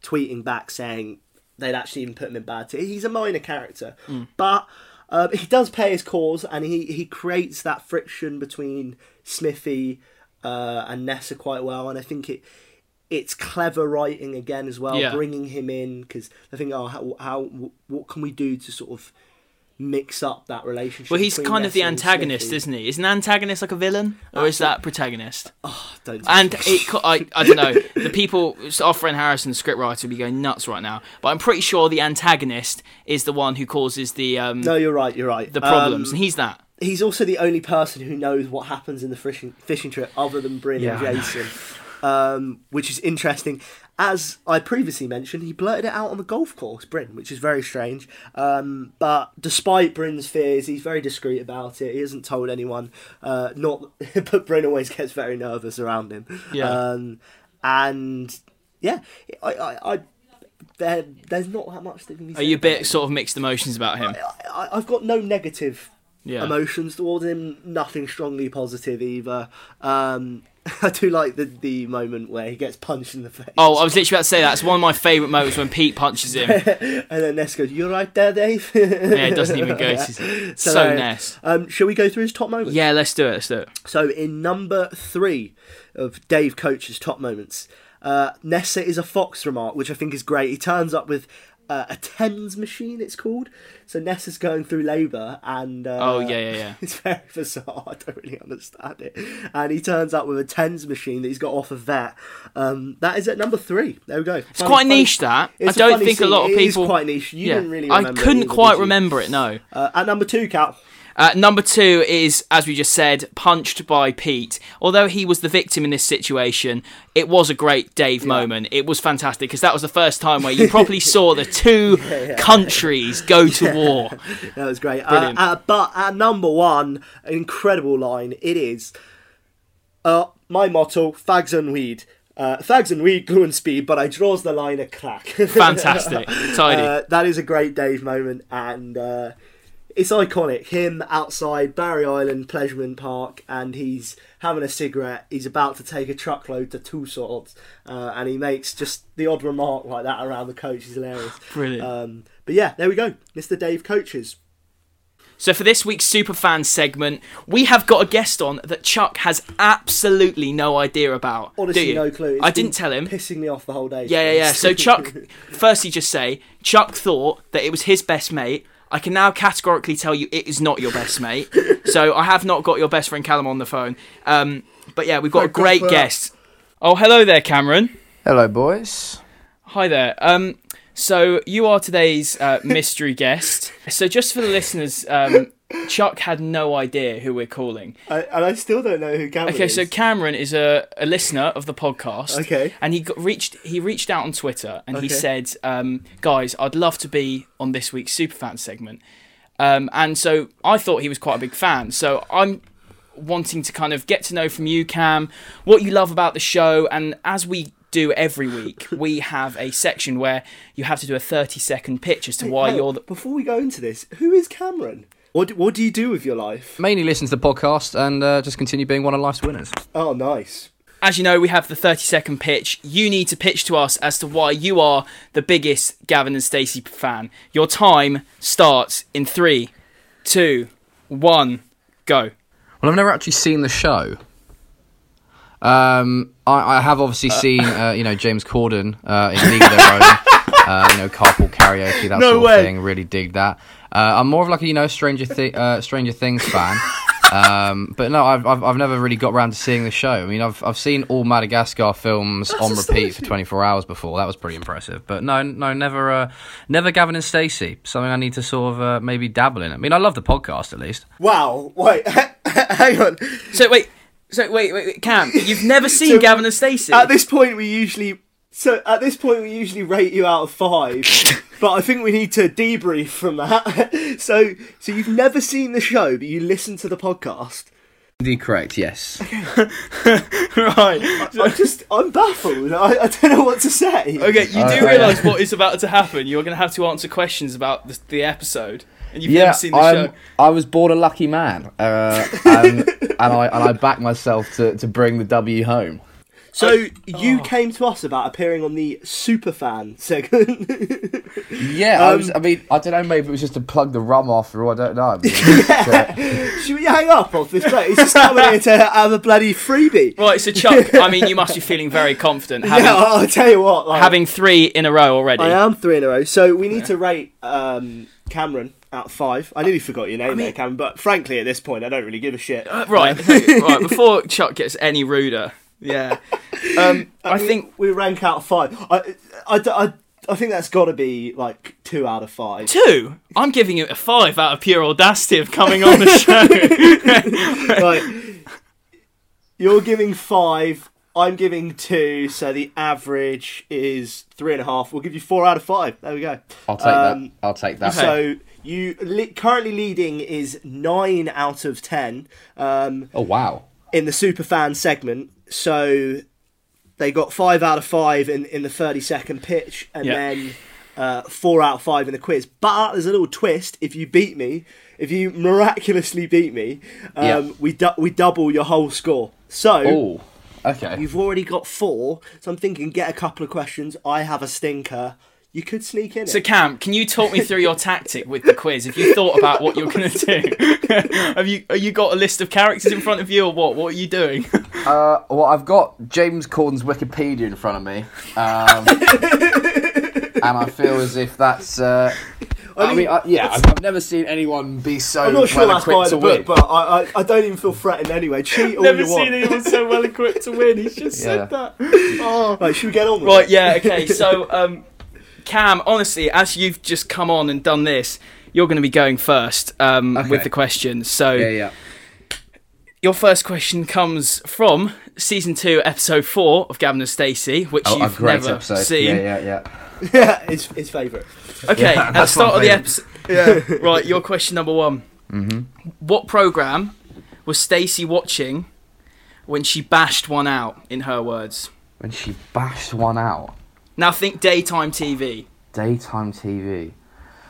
Speaker 1: tweeting back saying they'd actually even put him in bad tier. He's a minor character, but um, he does pay his cause, and he he creates that friction between Smithy uh, and Nessa quite well. And I think it it's clever writing again as well,
Speaker 2: Yeah.
Speaker 1: bringing him in because I think oh how, how what can we do to sort of mix up that relationship?
Speaker 2: Well, he's
Speaker 1: between
Speaker 2: kind of the
Speaker 1: Nessa and
Speaker 2: antagonist,
Speaker 1: Smithy?
Speaker 2: isn't he? Is an antagonist like a villain, or is that protagonist?
Speaker 1: Oh, Don't-
Speaker 2: And it, co- I, I don't know. The people, our friend Harrison, the scriptwriter, will be going nuts right now. But I'm pretty sure the antagonist is the one who causes the um,
Speaker 1: no, you're right. You're right.
Speaker 2: the
Speaker 1: Um,
Speaker 2: problems, and he's that.
Speaker 1: he's also the only person who knows what happens in the fishing fishing trip other than Bryn
Speaker 2: Yeah, I know.
Speaker 1: and Jason, um, which is interesting. As I previously mentioned, he blurted it out on the golf course, Bryn, which is very strange. Um, but despite Bryn's fears, he's very discreet about it. He hasn't told anyone. Uh, not, but Bryn always gets very nervous around him.
Speaker 2: Yeah.
Speaker 1: Um, and yeah, I, I, I there, there's not that much that can be.
Speaker 2: Are
Speaker 1: said
Speaker 2: you a
Speaker 1: about
Speaker 2: bit sort of mixed emotions about him?
Speaker 1: I, I've got no negative
Speaker 2: Yeah.
Speaker 1: emotions towards him. Nothing strongly positive either. Um, I do like the, the moment where he gets punched in the face.
Speaker 2: Oh, I was literally about to say that. It's one of my favourite moments when Pete punches him.
Speaker 1: And then Ness goes, "You're right there, Dave."
Speaker 2: Yeah, it doesn't even go. to so, so Ness.
Speaker 1: Um, shall we go through his top moments?
Speaker 2: Yeah, let's do it. Let's do it.
Speaker 1: So in number three of Dave Coach's top moments, uh, Nessa is a fox remark, which I think is great. He turns up with uh, a Thames machine, it's called. So Nessa's going through labour, and uh,
Speaker 2: Oh, yeah, yeah, yeah.
Speaker 1: it's very bizarre. I don't really understand it. And he turns up with a Thames machine that he's got off of that. Um, that is at number three. There we go.
Speaker 2: It's quite niche that. I
Speaker 1: it's a
Speaker 2: don't
Speaker 1: funny
Speaker 2: think a
Speaker 1: scene.
Speaker 2: lot of
Speaker 1: It is
Speaker 2: people-
Speaker 1: quite niche. You didn't really.
Speaker 2: I
Speaker 1: remember it
Speaker 2: couldn't
Speaker 1: either,
Speaker 2: quite
Speaker 1: did you?
Speaker 2: remember it. No.
Speaker 1: Uh, at number two, Cal.
Speaker 2: Uh, number two is, as we just said, punched by Pete. Although he was the victim in this situation, it was a great Dave moment. It was fantastic because that was the first time where you properly saw the two countries go to war.
Speaker 1: That was great. Uh,
Speaker 2: Brilliant.
Speaker 1: uh, but at number one, an incredible line. It is uh, my motto: fags and weed. Uh, fags and weed, glue and speed, but I draws the line a crack.
Speaker 2: Fantastic, tidy.
Speaker 1: Uh, that is a great Dave moment, and uh, it's iconic. Him outside Barry Island Pleasurement Park, and he's having a cigarette. He's about to take a truckload to two swords, uh, and he makes just the odd remark like that around the coach. He's hilarious.
Speaker 2: Brilliant.
Speaker 1: Um, but yeah, there we go, Mr. Dave Coaches.
Speaker 2: So for this week's superfan segment, we have got a guest on that Chuck has absolutely no idea about. Do
Speaker 1: Honestly,
Speaker 2: you?
Speaker 1: no clue. It's
Speaker 2: I
Speaker 1: been
Speaker 2: didn't tell him.
Speaker 1: Pissing me off the whole day.
Speaker 2: Yeah, yeah, yeah. So Chuck, firstly, just say Chuck thought that it was his best mate. I can now categorically tell you it is not your best mate. so I have not got your best friend Callum on the phone. Um, but yeah, we've got a great guest. Oh, hello there, Cameron.
Speaker 4: Hello, boys.
Speaker 2: Hi there. Um, so you are today's uh, mystery guest. So just for the listeners, um, Chuck had no idea who we're calling.
Speaker 1: I, and I still don't know who Cameron
Speaker 2: Okay,
Speaker 1: is.
Speaker 2: so Cameron is a, a listener of the podcast.
Speaker 1: Okay.
Speaker 2: and he got, reached he reached out on Twitter and he
Speaker 1: Okay.
Speaker 2: said, um, "Guys, I'd love to be on this week's superfan segment." Um, and so I thought he was quite a big fan. So I'm wanting to kind of get to know from you, Cam, what you love about the show. And as we do every week, we have a section where you have to do a 30 second pitch as to why
Speaker 1: Hey,
Speaker 2: you're the.
Speaker 1: Before we go into this, who is Cameron? What do, What do you do with your life?
Speaker 4: Mainly listen to the podcast and uh, just continue being one of life's winners.
Speaker 1: Oh, nice.
Speaker 2: As you know, we have the 30 second pitch. You need to pitch to us as to why you are the biggest Gavin and Stacey fan. Your time starts in three, two, one, go.
Speaker 4: Well, I've never actually seen the show. Um, I, I have obviously seen, uh, you know, James Corden uh, in League of Their Own, uh, you know, carpool karaoke, that
Speaker 1: No
Speaker 4: sort
Speaker 1: way.
Speaker 4: of thing. Really dig that. Uh, I'm more of like a, you know, Stranger Thi- uh, Stranger Things fan. Um, but no, I've, I've I've never really got around to seeing the show. I mean, I've I've seen all Madagascar films on repeat for 24 hours before. That was pretty impressive. But no, no, never, uh, never Gavin and Stacey. Something I need to sort of uh, maybe dabble in. I mean, I love the podcast at least.
Speaker 1: Wow. Wait. hang on.
Speaker 2: So, wait. So wait, wait, wait, Cam, you've never seen
Speaker 1: So-
Speaker 2: Gavin and Stacey.
Speaker 1: At this point, we usually. So at this point, we usually rate you out of five, but I think we need to debrief from that. so, so you've never seen the show, but you listen to the podcast.
Speaker 4: Indeed, correct. Yes.
Speaker 2: right.
Speaker 1: I'm just, I'm baffled. I, I don't know what to say.
Speaker 2: Okay, you
Speaker 4: Uh,
Speaker 2: do realise what is about to happen. You're going to have to answer questions about the, the episode, and you've never seen the
Speaker 4: I'm-
Speaker 2: show.
Speaker 4: I was born a lucky man, uh, and, and I and I backed myself to, to bring the W home.
Speaker 1: So
Speaker 2: oh.
Speaker 1: you came to us about appearing on the superfan segment.
Speaker 4: Yeah, I was. I mean, Um, I don't know. Maybe it was just to plug the rum after all. I don't know. I mean, but-
Speaker 1: Should we hang up off this bloke? He's just coming here to have a bloody freebie.
Speaker 2: Right, so Chuck, I mean, you must be feeling very confident having,
Speaker 1: yeah, I'll, I'll tell you what. Like,
Speaker 2: having three in a row already.
Speaker 1: I am three in a row, so we need to rate um, Cameron out of five. I nearly forgot your name there, Cameron, but frankly, at this point, I don't really give a shit.
Speaker 2: Right, okay, right. Before Chuck gets any ruder, yeah. Um, I think
Speaker 1: we rank out of five. I, I, I, I think that's got to be like two out of five.
Speaker 2: two. I'm giving it a five out of pure audacity of coming on the show.
Speaker 1: Right. You're giving five. I'm giving two, so the average is three and a half. We'll give you four out of five. There we go.
Speaker 4: I'll take
Speaker 1: Um,
Speaker 4: that. I'll take that.
Speaker 1: So you li- currently leading is nine out of ten um,
Speaker 4: oh wow.
Speaker 1: in the superfan segment. So they got five out of five in, in the thirty second pitch, and
Speaker 2: Yeah.
Speaker 1: then uh, four out of five in the quiz. But there's a little twist: if you beat me, if you miraculously beat me, um,
Speaker 4: Yeah.
Speaker 1: we du- we double your whole score. So
Speaker 4: Oh, Okay.
Speaker 1: You've already got four, so I'm thinking get a couple of questions. I have a stinker. You could sneak in.
Speaker 2: So
Speaker 1: it.
Speaker 2: Cam, can you talk me through your tactic with the quiz? Have you thought about what you're going to do? have you have you got a list of characters in front of you or what? What are you doing?
Speaker 4: Uh, well, I've got James Corden's Wikipedia in front of me, um, and I feel as if that's. Uh, I mean,
Speaker 1: mean,
Speaker 4: I, yeah, I've, I've never seen anyone be so
Speaker 1: I'm not sure
Speaker 4: well
Speaker 1: that's by
Speaker 4: equipped
Speaker 1: the
Speaker 4: to
Speaker 1: book,
Speaker 4: win.
Speaker 1: but I, I, I don't even feel threatened anyway. Cheat all
Speaker 2: Never
Speaker 1: you want.
Speaker 2: seen anyone so well equipped to win. He's just
Speaker 4: Yeah.
Speaker 2: said that. Oh.
Speaker 1: Right, should we get on with
Speaker 2: Right,
Speaker 1: it?
Speaker 2: yeah, okay. So, um, Cam, honestly, as you've just come on and done this, you're going to be going first um, with
Speaker 4: Okay.
Speaker 2: the questions. So,
Speaker 4: Yeah, yeah.
Speaker 2: your first question comes from season two, episode four of Gavin and Stacey, which
Speaker 4: Oh, a
Speaker 2: you've
Speaker 4: great
Speaker 2: never
Speaker 4: episode.
Speaker 2: seen.
Speaker 4: Yeah, yeah, yeah.
Speaker 1: yeah, it's his favourite.
Speaker 2: Okay,
Speaker 4: Yeah,
Speaker 2: at the
Speaker 4: that's
Speaker 2: start
Speaker 4: my
Speaker 2: of the episode. Yeah. right, your question number one.
Speaker 4: Mm-hmm.
Speaker 2: What program was Stacey watching when she bashed one out, in her words?
Speaker 4: When she bashed one out,
Speaker 2: Now think daytime TV.
Speaker 4: daytime TV.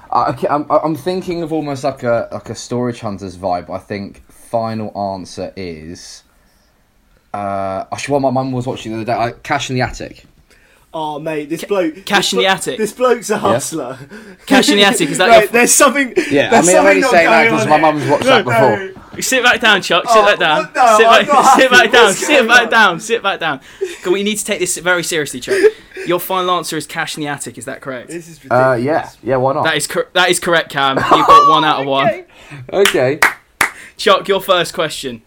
Speaker 4: Uh, okay, I'm, I'm thinking of almost like a like a storage hunters vibe. I think final answer is. Uh, actually, what my mum was watching the other day, I, Cash in the Attic.
Speaker 1: Oh mate, this bloke.
Speaker 2: Cash
Speaker 1: this
Speaker 2: in the
Speaker 1: blo-
Speaker 2: Attic.
Speaker 1: This bloke's a hustler.
Speaker 2: Cash in the Attic, is that
Speaker 1: right,
Speaker 2: your-
Speaker 1: There's something.
Speaker 4: Yeah, I
Speaker 1: there's
Speaker 4: mean, I'm
Speaker 1: something
Speaker 4: only
Speaker 1: not
Speaker 4: saying that
Speaker 1: going
Speaker 4: because
Speaker 1: on
Speaker 4: my
Speaker 1: here.
Speaker 4: mum's watched that
Speaker 1: No, no.
Speaker 4: before.
Speaker 2: Sit back down, Chuck. Sit
Speaker 1: Oh,
Speaker 2: back down.
Speaker 1: no,
Speaker 2: sit,
Speaker 1: I'm
Speaker 2: back,
Speaker 1: not
Speaker 2: sit
Speaker 1: happy.
Speaker 2: back down.
Speaker 1: What's
Speaker 2: Sit
Speaker 1: going
Speaker 2: back
Speaker 1: on?
Speaker 2: down. Sit back down. Go- We need to take this very seriously, Chuck. Your final answer is cash in the attic. Is that correct?
Speaker 1: This is ridiculous.
Speaker 4: Uh, yeah, yeah, why not?
Speaker 2: That is cor- that is correct, Cam. You've got one out of one.
Speaker 4: okay.
Speaker 2: Chuck, your first question.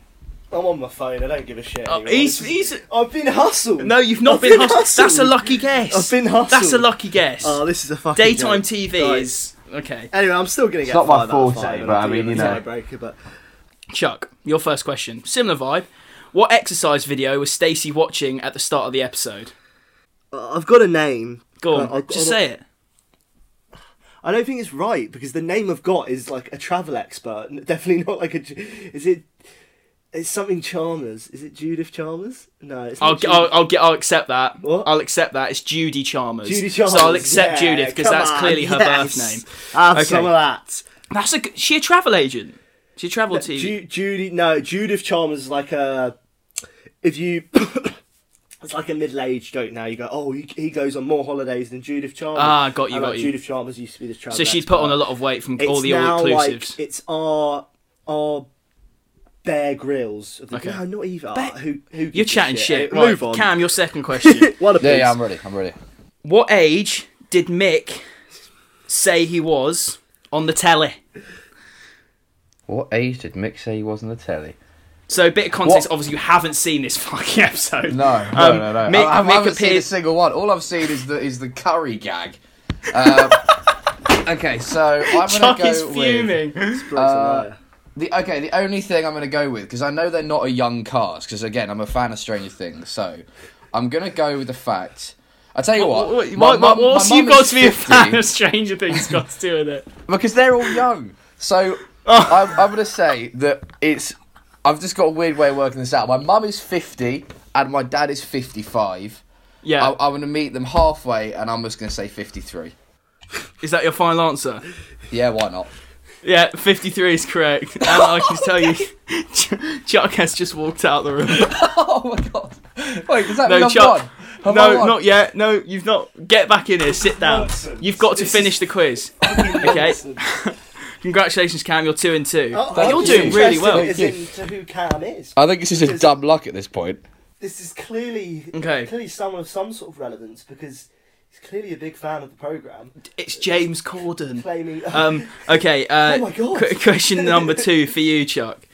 Speaker 1: I'm on my phone. I don't give a shit.
Speaker 2: Oh,
Speaker 1: anymore.
Speaker 2: he's,
Speaker 1: This is-
Speaker 2: he's
Speaker 1: I've been hustled.
Speaker 2: no, you've not
Speaker 1: I've
Speaker 2: been.
Speaker 1: been
Speaker 2: hustled.
Speaker 1: hustled.
Speaker 2: That's a lucky guess.
Speaker 1: I've been
Speaker 2: That's a
Speaker 1: hustled.
Speaker 2: lucky guess.
Speaker 1: Oh, this is a fucking
Speaker 2: Daytime
Speaker 1: joke.
Speaker 2: TV
Speaker 1: Right.
Speaker 2: is okay.
Speaker 1: Anyway, I'm still gonna get
Speaker 4: not my
Speaker 1: five out of
Speaker 4: forte,
Speaker 1: five when
Speaker 4: but I
Speaker 1: do
Speaker 4: mean,
Speaker 1: the
Speaker 4: you know.
Speaker 1: tiebreaker, but
Speaker 2: Chuck, your first question. Similar vibe. What exercise video was Stacey watching at the start of the episode?
Speaker 1: uh, I've got a name.
Speaker 2: Go on,
Speaker 1: but I-
Speaker 2: just
Speaker 1: I don't-
Speaker 2: say it.
Speaker 1: I don't think it's right because the name I've got is like a travel expert. n- Definitely not like a. Ju- Is it? It's something Chalmers. Is it Judith Chalmers? No, it's
Speaker 2: I'll,
Speaker 1: not.
Speaker 2: I'll,
Speaker 1: Judith.
Speaker 2: I'll get. I'll accept that.
Speaker 1: What?
Speaker 2: I'll accept that. It's Judy Chalmers.
Speaker 1: Judy Chalmers.
Speaker 2: So I'll accept
Speaker 1: yeah,
Speaker 2: Judith because
Speaker 1: come
Speaker 2: that's
Speaker 1: on,
Speaker 2: clearly her
Speaker 1: yes.
Speaker 2: birth name.
Speaker 1: Have
Speaker 2: Okay.
Speaker 1: some of that.
Speaker 2: That's a. g- She a travel agent. She a travel TV.
Speaker 1: Ju- Judy, no, Judith Chalmers is like a. If you. It's like a middle-aged joke now. You go, oh, he, he goes on more holidays than Judith Chalmers.
Speaker 2: Ah, got you,
Speaker 1: And,
Speaker 2: got
Speaker 1: like,
Speaker 2: you.
Speaker 1: Judith Chalmers used to be the travel.
Speaker 2: so she'd
Speaker 1: expert.
Speaker 2: put on a lot of weight from
Speaker 1: It's
Speaker 2: all the
Speaker 1: now
Speaker 2: all inclusives.
Speaker 1: like it's our our Bear Grylls. Of the,
Speaker 2: Okay.
Speaker 1: No, not either. who, who gives
Speaker 2: You're
Speaker 1: a
Speaker 2: chatting shit.
Speaker 1: Hey,
Speaker 2: Right,
Speaker 1: Move on.
Speaker 2: Cam, your second question.
Speaker 1: One
Speaker 4: Yeah, yeah, I'm ready. I'm ready.
Speaker 2: what age did Mick say he was on the telly?
Speaker 4: What age did Mick say he was on the telly?
Speaker 2: So a bit of context.
Speaker 4: What-
Speaker 2: Obviously, you haven't seen this fucking episode.
Speaker 4: No, no,
Speaker 2: Um,
Speaker 4: no, no.
Speaker 2: Mick,
Speaker 4: I, I
Speaker 2: Mick
Speaker 4: haven't seen a
Speaker 2: appeared-
Speaker 4: single one. All I've seen is the is the curry gag. Uh, okay, so I'm gonna
Speaker 2: Chuck
Speaker 4: go
Speaker 2: is
Speaker 4: with
Speaker 2: fuming.
Speaker 4: the okay. The only thing I'm gonna go with because I know they're not a young cast. Because again, I'm a fan of Stranger Things, so I'm gonna go with the fact. I tell you what,
Speaker 2: What,
Speaker 4: my
Speaker 2: what,
Speaker 4: mum-
Speaker 2: what else
Speaker 4: my
Speaker 2: you
Speaker 4: mum
Speaker 2: got
Speaker 4: is
Speaker 2: to be a
Speaker 4: 50.
Speaker 2: fan of Stranger Things got to do with it?
Speaker 4: because they're all young. So
Speaker 2: Oh.
Speaker 4: I'm, I'm gonna say that it's. I've just got a weird way of working this out. My mum is 50 and my dad is 55.
Speaker 2: Yeah.
Speaker 4: I, I'm gonna meet them halfway, and I'm just gonna say 53.
Speaker 2: Is that your final answer?
Speaker 4: Yeah, why not?
Speaker 2: Yeah, 53 is correct. And I can tell you, Ch- Chuck has just walked out the room.
Speaker 4: oh my god! Wait, does that
Speaker 2: No,
Speaker 4: mean I've
Speaker 2: Chuck.
Speaker 4: won? Have I
Speaker 2: No,
Speaker 4: won?
Speaker 2: not yet. No, you've not. Get back in here. Sit down. You've got to finish the quiz. Okay. Congratulations, Cam. You're two and two.
Speaker 1: Oh,
Speaker 2: You're
Speaker 4: you.
Speaker 2: doing really
Speaker 4: Interesting.
Speaker 2: well.
Speaker 4: Thank
Speaker 1: As in to who Cam is.
Speaker 4: I think it's just a dumb luck at this point.
Speaker 1: This is clearly
Speaker 2: Okay.
Speaker 1: clearly someone of some sort of relevance because he's clearly a big fan of the program.
Speaker 2: It's James Corden.
Speaker 1: Claiming
Speaker 2: Um, okay. Uh,
Speaker 1: Oh my God.
Speaker 2: qu- question number two for you, Chuck.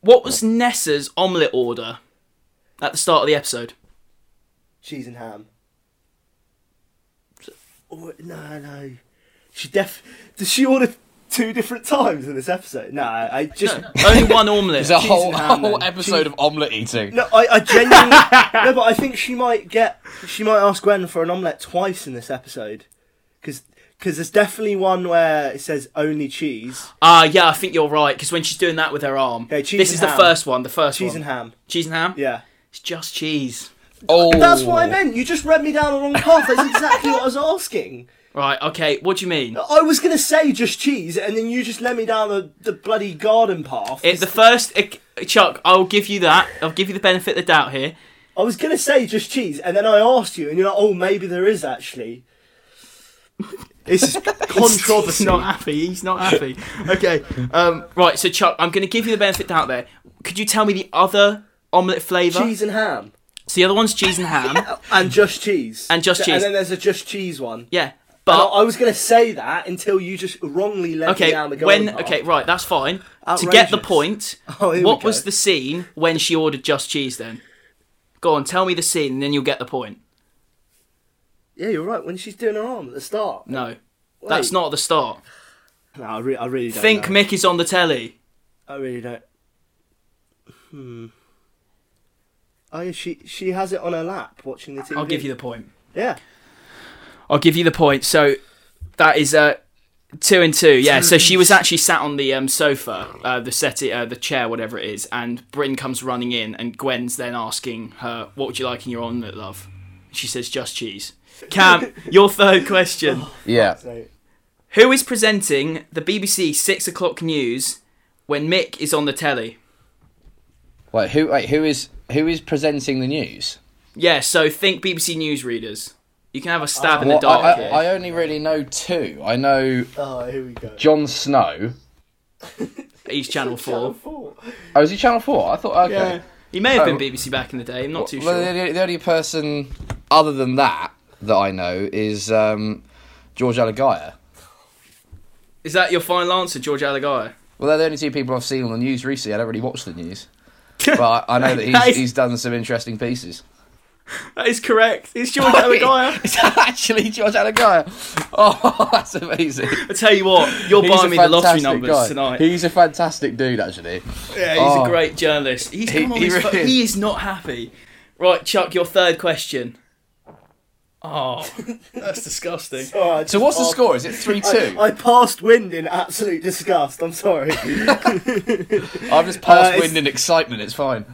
Speaker 2: What was Nessa's omelette order at the start of the episode?
Speaker 1: cheese and ham. Or, no, no. She def. Does she order two different times in this episode? No, I just.
Speaker 2: No, only one omelette.
Speaker 4: It's a whole,
Speaker 1: and ham,
Speaker 4: whole
Speaker 1: then.
Speaker 4: episode of omelette eating.
Speaker 1: No, I, I genuinely no, but I think she might get. She might ask Gwen for an omelette twice in this episode, because there's definitely one where it says only cheese,
Speaker 2: Ah, yeah, I think you're right. Because when she's doing that with her arm,
Speaker 1: Okay, cheese
Speaker 2: this
Speaker 1: and
Speaker 2: is
Speaker 1: ham.
Speaker 2: the first one. The first
Speaker 1: cheese
Speaker 2: one.
Speaker 1: and ham.
Speaker 2: Cheese and ham.
Speaker 1: Yeah,
Speaker 2: It's just cheese.
Speaker 4: Oh,
Speaker 1: that's what I meant. You just read me down the wrong path. That's exactly what I was asking.
Speaker 2: Right. Okay. What do you mean?
Speaker 1: I was gonna say just cheese, and then you just led me down the, the bloody garden path.
Speaker 2: It, the first. It, Chuck, I'll give you that. I'll give you the benefit of the doubt here.
Speaker 1: I was gonna say just cheese, and then I asked you, and you're like, "Oh, maybe there is actually." This is
Speaker 2: He's
Speaker 1: controversy.
Speaker 2: not happy. He's not happy. Okay. Um, right. So Chuck, I'm going to give you the benefit of the doubt there. Could you tell me the other omelette flavour?
Speaker 1: Cheese and ham,
Speaker 2: So the other one's cheese and ham.
Speaker 1: and just cheese,
Speaker 2: And just cheese.
Speaker 1: and then there's a just cheese one.
Speaker 2: yeah.
Speaker 1: And I
Speaker 2: But
Speaker 1: I was gonna say that until you just wrongly led me
Speaker 2: okay.
Speaker 1: down the garden
Speaker 2: When
Speaker 1: path.
Speaker 2: okay. Right. That's fine. To get the
Speaker 1: Outrageous.
Speaker 2: point,
Speaker 1: Oh, here we
Speaker 2: what
Speaker 1: go.
Speaker 2: was the scene when she ordered just cheese? Then go on. Tell me the scene, and then you'll get the point.
Speaker 1: Yeah, you're right. When she's doing her arm at the start.
Speaker 2: No. That's
Speaker 1: Wait.
Speaker 2: not the start.
Speaker 1: No, I, re- I really don't
Speaker 2: Think
Speaker 1: know.
Speaker 2: Mick is on the telly.
Speaker 1: I really don't. Hmm. Oh, yeah, she she has it on her lap watching the TV.
Speaker 2: I'll give you the point.
Speaker 1: yeah.
Speaker 2: I'll give you the point. So that is uh, two and two. Yeah. So she was actually sat on the um, sofa, uh, the settee, uh, the chair, whatever it is, and Bryn comes running in, and Gwen's then asking her, "What would you like in your omelette, love?" She says, "Just cheese." Cam, your third question:
Speaker 4: Yeah.
Speaker 1: So,
Speaker 2: Who is presenting the BBC six o'clock news when Mick is on the telly?
Speaker 4: Wait, who? Wait, who is who is presenting the news?
Speaker 2: Yeah. So think BBC News readers. You can have a stab in the
Speaker 4: Well,
Speaker 2: dark
Speaker 4: I,
Speaker 2: here.
Speaker 4: I, I only really know two. I know
Speaker 1: oh, here we go.
Speaker 4: Jon Snow.
Speaker 2: He's Channel Four.
Speaker 1: Channel four.
Speaker 4: Oh, is he Channel Four? I thought okay.
Speaker 2: He may have been
Speaker 4: Oh.
Speaker 2: BBC back in the day. I'm not too
Speaker 4: well,
Speaker 2: sure.
Speaker 4: the, the only person other than that that I know is um, George Alagaya.
Speaker 2: Is that your final answer, George Alagaya?
Speaker 4: Well, they're the only two people I've seen on the news recently. I don't really watch the news, but I, I know that he's,
Speaker 2: That is-
Speaker 4: he's done some interesting pieces.
Speaker 2: That is correct. It's George
Speaker 4: Is that actually George Alagaya? Oh, that's amazing.
Speaker 2: I tell you what, you're
Speaker 4: He's a
Speaker 2: buying me the lottery
Speaker 4: fantastic
Speaker 2: numbers
Speaker 4: guy.
Speaker 2: tonight.
Speaker 4: He's a fantastic dude, actually.
Speaker 2: yeah, he's
Speaker 4: oh.
Speaker 2: a great journalist. He's
Speaker 4: He-
Speaker 2: come on
Speaker 4: he
Speaker 2: this
Speaker 4: really
Speaker 2: fu-
Speaker 4: is.
Speaker 2: he is not happy. Right, Chuck, your third question. Oh, that's disgusting.
Speaker 1: All right,
Speaker 4: So what's the
Speaker 1: oh,
Speaker 4: score? Is it three two?
Speaker 1: I passed wind in absolute disgust. I'm sorry.
Speaker 4: I've just passed
Speaker 2: uh,
Speaker 1: it's-
Speaker 4: wind in excitement. It's fine.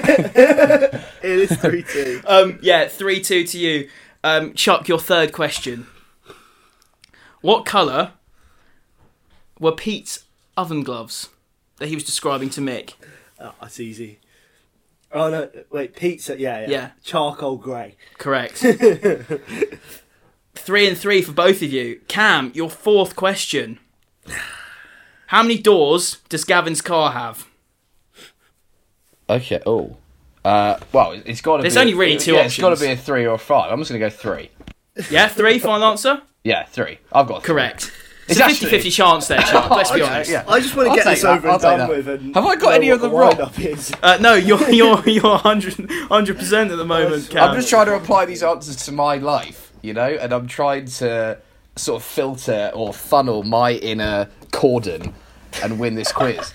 Speaker 1: it is three two.
Speaker 4: Uh,
Speaker 2: Um, yeah, three two to you. Um, Chuck, your third question. What colour were Pete's oven gloves that he was describing to Mick?
Speaker 1: Oh, that's easy. Oh no! Wait, pizza. Yeah, yeah.
Speaker 2: Yeah.
Speaker 1: Charcoal grey.
Speaker 2: Correct. three and three for both of you. Cam, your fourth question. How many doors does Gavin's car have?
Speaker 4: Okay. Oh. Uh, well, it's got to.
Speaker 2: There's
Speaker 4: be
Speaker 2: only really two
Speaker 4: yeah, It's got to
Speaker 2: options.
Speaker 4: be a three or a five. I'm just gonna go three.
Speaker 2: Yeah, three, final answer?
Speaker 4: Yeah, three. I've got three.
Speaker 2: Correct. It's,
Speaker 4: It's
Speaker 2: a 50
Speaker 4: actually-
Speaker 2: 50 chance there, Chuck. Let's be honest.
Speaker 4: yeah.
Speaker 1: I just want to
Speaker 4: I'll
Speaker 1: get
Speaker 4: take
Speaker 1: this
Speaker 4: that,
Speaker 1: over
Speaker 4: I'll
Speaker 1: and
Speaker 4: take
Speaker 1: done
Speaker 4: that.
Speaker 1: with. And
Speaker 4: Have I got
Speaker 1: know
Speaker 4: any
Speaker 1: what
Speaker 4: of the
Speaker 1: wind
Speaker 4: wrong?
Speaker 1: up is.
Speaker 2: Uh, no, you're, you're, you're 100, percent at the moment, Cam.
Speaker 4: I'm just trying to apply these answers to my life, you know, and I'm trying to sort of filter or funnel my inner cordon and win this quiz.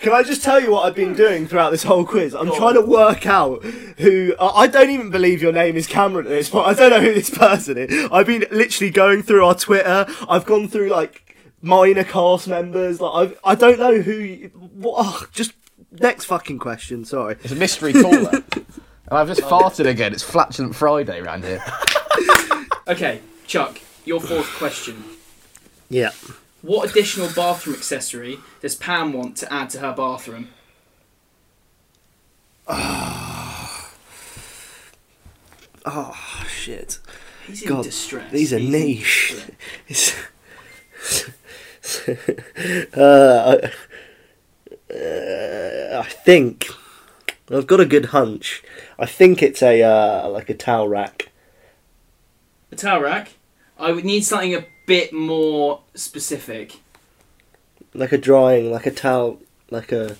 Speaker 1: Can I just tell you what I've been doing throughout this whole quiz? I'm trying to work out who. I I don't even believe your name is Cameron at this point. I don't know who this person is. I've been literally going through our Twitter. I've gone through like minor cast members. Like I've, I don't know who. you- What? Oh, just next fucking question. Sorry.
Speaker 4: It's a mystery caller. And I've just farted again. It's Flatulent Friday round here.
Speaker 2: Okay, Chuck, your fourth question.
Speaker 1: Yeah.
Speaker 2: What additional bathroom accessory does Pam want to add to her bathroom?
Speaker 1: Oh, Shit.
Speaker 2: He's
Speaker 1: God,
Speaker 2: in distress.
Speaker 1: These are
Speaker 2: He's in
Speaker 1: niche.
Speaker 2: distress.
Speaker 1: It's- uh, I- uh, I think I've got a good hunch. I think it's a uh, like a towel rack.
Speaker 2: A towel rack. I would need something a bit more specific.
Speaker 1: like a drying, like a towel, like a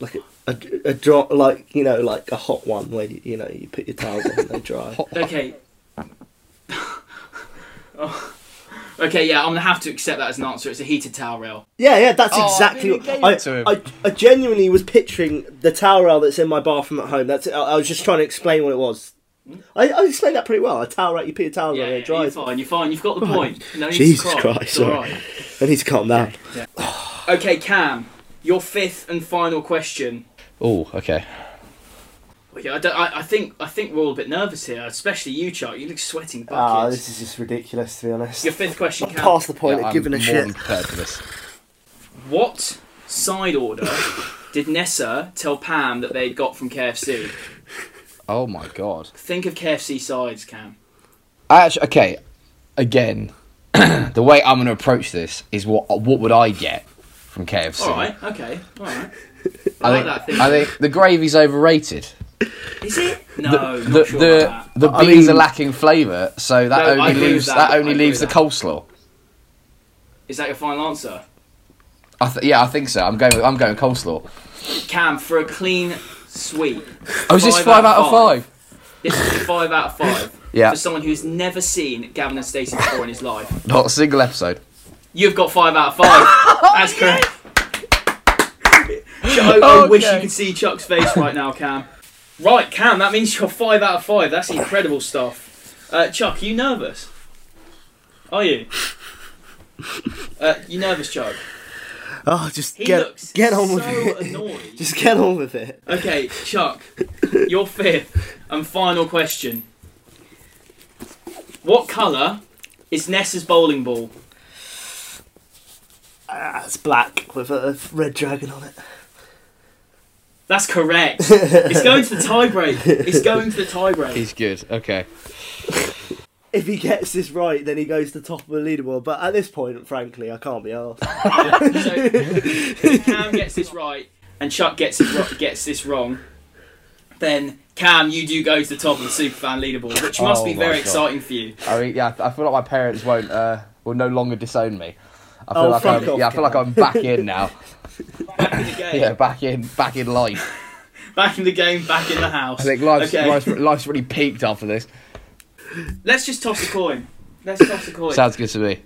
Speaker 1: like a a, a dry, like you know, like a hot one where you, you know you put your towels on and they dry.
Speaker 2: Okay. Oh. Okay, yeah, I'm gonna have to accept that as an answer. It's a heated towel rail.
Speaker 1: Yeah, yeah, that's
Speaker 4: Oh,
Speaker 1: exactly.
Speaker 4: you
Speaker 1: What,
Speaker 4: gave
Speaker 1: I,
Speaker 4: it to him.
Speaker 1: I I genuinely was picturing the towel rail that's in my bathroom at home. That's I, I was just trying to explain what it was. I, I explained that pretty well. A towel rail, you put your towels
Speaker 2: Yeah,
Speaker 1: on, and
Speaker 2: yeah,
Speaker 1: it dries.
Speaker 2: you're fine. You're fine. You've got the point. No
Speaker 1: Oh,
Speaker 2: need to
Speaker 1: Jesus
Speaker 2: cry.
Speaker 1: Christ,
Speaker 2: It's
Speaker 1: sorry.
Speaker 2: alright.
Speaker 1: I need to calm down.
Speaker 2: Okay, Cam, your fifth and final question.
Speaker 4: Oh, okay.
Speaker 2: Well, yeah, I, don't- I, I think I think we're all a bit nervous here, especially you, Chuck. You look sweating
Speaker 1: Ah,
Speaker 2: buckets.
Speaker 1: this is just ridiculous to be honest.
Speaker 2: Your fifth question, Cam.
Speaker 1: Past the point
Speaker 4: Yeah,
Speaker 1: of
Speaker 4: I'm
Speaker 1: giving a
Speaker 4: more
Speaker 1: shit.
Speaker 4: than prepared for this.
Speaker 2: What side order Did Nessa tell Pam that they'd got from KFC?
Speaker 4: Oh my god.
Speaker 2: Think of KFC sides, Cam.
Speaker 4: I actually, okay, again, the way I'm going to approach this is what what would I get from KFC?
Speaker 2: All right, okay, all right. I
Speaker 4: I
Speaker 2: like
Speaker 4: think
Speaker 2: that thing.
Speaker 4: I think the gravy's overrated.
Speaker 2: Is it? No,
Speaker 4: the
Speaker 2: not sure
Speaker 4: the,
Speaker 2: about that.
Speaker 4: the
Speaker 1: I
Speaker 4: beans
Speaker 1: mean-
Speaker 4: are lacking flavour, so
Speaker 2: No,
Speaker 4: that
Speaker 2: I
Speaker 4: only
Speaker 2: agree with
Speaker 4: leaves
Speaker 2: that.
Speaker 4: that,
Speaker 2: I
Speaker 4: only
Speaker 2: agree
Speaker 4: leaves the
Speaker 2: with
Speaker 4: coleslaw.
Speaker 2: Is that your final answer?
Speaker 4: I th- yeah, I think so. I'm going. With, I'm going coleslaw.
Speaker 2: Cam, for a clean sweep.
Speaker 4: Oh, is this five out of five?
Speaker 2: This is five out of five.
Speaker 4: Yeah.
Speaker 2: For someone who's never seen Gavin and Stacey before in his life.
Speaker 4: Not a single episode.
Speaker 2: You've got five out of five.
Speaker 1: Oh,
Speaker 2: That's correct. Chuck, I, I wish you
Speaker 4: Okay.
Speaker 2: could see Chuck's face right now, Cam. Right, Cam, that means you're five out of five. That's incredible stuff. Uh, Chuck, are you nervous? Are you? Uh, you nervous, Chuck?
Speaker 1: Oh, just
Speaker 2: He
Speaker 1: get
Speaker 2: looks
Speaker 1: get on
Speaker 2: so
Speaker 1: with it.
Speaker 2: annoyed.
Speaker 1: Just get on with it.
Speaker 2: Okay, Chuck, your fifth and final question. What colour is Nessa's bowling ball?
Speaker 1: Ah, it's black with a red dragon on it.
Speaker 2: That's correct. it's going to the tiebreak. It's going to the tiebreak.
Speaker 4: He's good. Okay.
Speaker 1: If he gets this right, then he goes to top of the leaderboard. But at this point, frankly, I can't be asked.
Speaker 2: So if Cam gets this right and Chuck gets it ro- gets this wrong, then Cam, you do go to the top of the superfan leaderboard, which must
Speaker 4: Oh
Speaker 2: be
Speaker 4: my
Speaker 2: very
Speaker 4: God.
Speaker 2: exciting for you.
Speaker 4: I mean, yeah, I feel like my parents won't uh, will no longer disown me. I feel
Speaker 1: Oh,
Speaker 4: like
Speaker 1: fuck
Speaker 4: I'm,
Speaker 1: off,
Speaker 4: yeah, I feel like
Speaker 1: Gav.
Speaker 4: I'm back in now.
Speaker 2: Back in the game.
Speaker 4: Yeah, back in, back in life.
Speaker 2: Back in the game. Back in the house.
Speaker 4: I think life's,
Speaker 2: Okay.
Speaker 4: life's, life's really peaked after this.
Speaker 2: Let's just toss a coin. Let's toss a coin.
Speaker 4: Sounds good to me.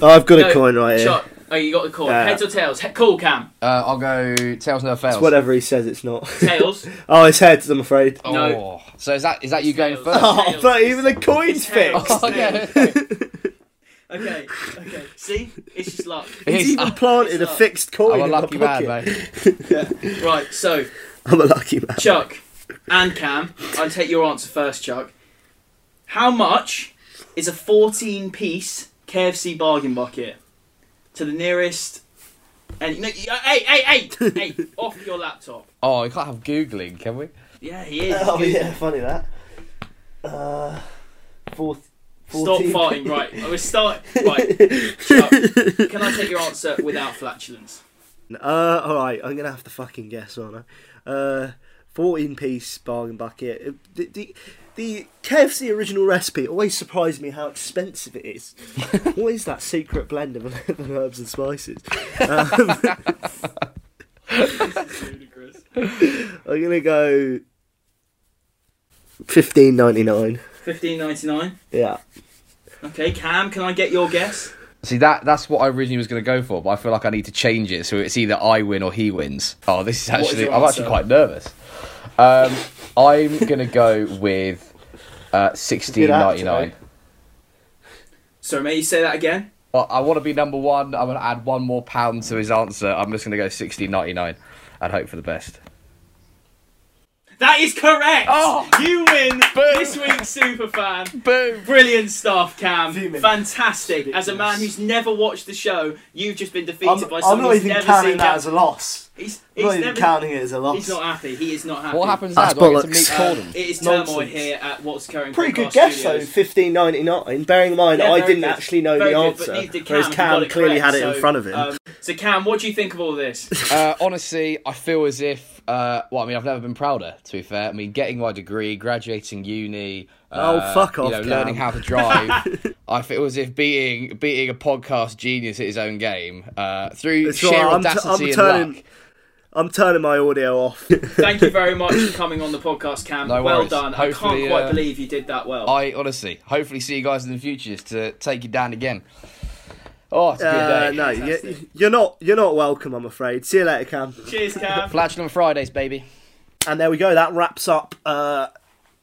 Speaker 1: I've got
Speaker 2: No,
Speaker 1: a coin right here.
Speaker 2: Chuck, oh, you got the coin.
Speaker 1: Yeah.
Speaker 2: Heads or tails? He- cool, Cam.
Speaker 4: Uh, I'll go tails never fails.
Speaker 1: It's whatever he says, it's not.
Speaker 2: Tails.
Speaker 1: oh, it's heads. I'm afraid.
Speaker 4: Oh,
Speaker 2: No.
Speaker 4: so is that is that you going
Speaker 2: Tails.
Speaker 4: first?
Speaker 1: Oh, but even the coin's
Speaker 2: It's heads.
Speaker 1: fixed.
Speaker 4: Oh, yeah. okay.
Speaker 2: okay, okay. See, it's just luck.
Speaker 1: He's even planted a
Speaker 2: up.
Speaker 1: fixed coin.
Speaker 4: I'm a
Speaker 1: in my
Speaker 4: lucky man,
Speaker 1: pocket.
Speaker 4: mate.
Speaker 2: Right. So,
Speaker 1: I'm a lucky man.
Speaker 2: Chuck and Cam, I'll take your answer first, Chuck. How much is a 14-piece KFC bargain bucket to the nearest? And no, you- hey, hey, hey, hey! Off your laptop.
Speaker 4: Oh, we can't have googling, can we?
Speaker 2: Yeah, he is.
Speaker 1: Oh
Speaker 2: Good.
Speaker 1: yeah, funny that. Uh, fourth.
Speaker 2: Stop
Speaker 1: 14.
Speaker 2: farting, right? I was start. Right, Chuck. Can I take your answer without flatulence?
Speaker 1: Uh, all right, I'm gonna have to fucking guess, aren't I? Uh, fourteen-piece bargain bucket. Uh, The, the the KFC original recipe always surprised me how expensive it is. what is that secret blend of 11 herbs and spices? Um,
Speaker 2: Ludicrous.
Speaker 1: I'm gonna go fifteen ninety-nine.
Speaker 2: Fifteen ninety nine.
Speaker 1: Yeah.
Speaker 2: Okay, Cam, can I get your guess?
Speaker 4: See that that's what I originally was going to go for, but I feel like I need to change it so it's either I win or he wins. Oh, this is
Speaker 2: is
Speaker 4: actually
Speaker 2: your
Speaker 4: I'm
Speaker 2: answer?
Speaker 4: actually quite nervous. Um, I'm going to go with uh, sixteen ninety nine.
Speaker 2: Sorry, may you say that again?
Speaker 4: Well, I want to be number one. I'm going to add one more pound to his answer. I'm just going to go sixteen ninety nine and hope for the best.
Speaker 2: That is correct.
Speaker 4: Oh!
Speaker 2: you win
Speaker 4: Boom.
Speaker 2: this week's superfan.
Speaker 4: Boom.
Speaker 2: Brilliant stuff, Cam.
Speaker 1: Fuming.
Speaker 2: Fantastic. As a man who's never watched the show, you've just been defeated by someone who's never seen Cam.
Speaker 1: loss.
Speaker 2: He's,
Speaker 1: I'm
Speaker 2: he's
Speaker 1: not even
Speaker 2: never-
Speaker 1: counting it as a loss.
Speaker 2: He's not happy. He is not happy.
Speaker 4: What happens now?
Speaker 1: That's
Speaker 4: Do I get to meet
Speaker 1: bollocks.
Speaker 4: Corden?
Speaker 2: It is
Speaker 1: Nonsense.
Speaker 2: turmoil here at what's current.
Speaker 1: Pretty good
Speaker 2: Podcast
Speaker 1: guess though,
Speaker 2: Studios.
Speaker 1: fifteen ninety nine. Bearing in mind,
Speaker 2: Yeah,
Speaker 1: I
Speaker 2: very
Speaker 1: didn't
Speaker 2: good.
Speaker 1: actually know
Speaker 2: Very
Speaker 1: the
Speaker 2: good,
Speaker 1: answer,
Speaker 2: but neither did
Speaker 1: whereas
Speaker 2: Cam, who
Speaker 1: Cam
Speaker 2: got it
Speaker 1: clearly had
Speaker 2: correct,
Speaker 1: it in
Speaker 2: so,
Speaker 1: front of him.
Speaker 2: um, so, Cam, what do you think of all this?
Speaker 4: Uh, honestly, I feel as if, uh, well, I mean, I've never been prouder, to be fair. I mean, getting my degree, graduating uni.
Speaker 1: Oh,
Speaker 4: uh,
Speaker 1: fuck off,
Speaker 4: You know,
Speaker 1: Cam.
Speaker 4: learning how to drive. I feel as if beating beating a podcast genius at his own game uh, through
Speaker 1: It's
Speaker 4: sheer
Speaker 1: all right, I'm t-
Speaker 4: audacity
Speaker 1: I'm
Speaker 4: and
Speaker 1: turning-
Speaker 4: luck.
Speaker 1: I'm turning my audio off.
Speaker 2: Thank you very much for coming on the podcast, Cam.
Speaker 4: No
Speaker 2: well
Speaker 4: worries.
Speaker 2: done. I
Speaker 4: Hopefully,
Speaker 2: can't quite
Speaker 4: uh,
Speaker 2: believe you did that well.
Speaker 4: I honestly, hopefully, see you guys in the future just to take you down again. Oh, it's a good
Speaker 1: Uh,
Speaker 4: day.
Speaker 1: no,
Speaker 2: Fantastic.
Speaker 1: you, you're not. You're not welcome. I'm afraid. See you later, Cam.
Speaker 2: Cheers, Cam.
Speaker 4: Flatulent Fridays, baby.
Speaker 1: And there we go. That wraps up uh,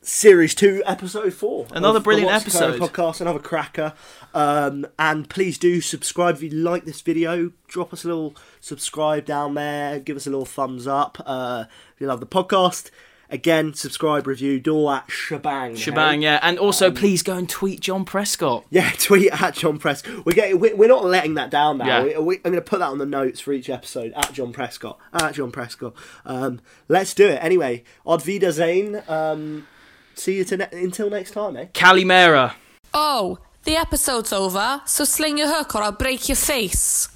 Speaker 1: series two, episode four.
Speaker 2: Another
Speaker 1: of the
Speaker 2: brilliant
Speaker 1: What's Occurring
Speaker 2: episode.
Speaker 1: podcast. Another cracker. Um, and please do subscribe if you like this video. Drop us a little subscribe down there. Give us a little thumbs up uh, if you love the podcast. Again, subscribe, review, do all that shebang.
Speaker 2: Shebang,
Speaker 1: hey?
Speaker 2: yeah. And also, please go and tweet John Prescott.
Speaker 1: Yeah, tweet at John Press. We're getting, we- we're not letting that down now.
Speaker 2: Yeah.
Speaker 1: We- we- I'm going to put that on the notes for each episode at John Prescott. At John Prescott. Um, let's do it. Anyway, Odvida Zane. Um, see you to ne- until next time, eh?
Speaker 2: Calimera.
Speaker 5: Oh, the episode's over, so sling your hook or I'll break your face.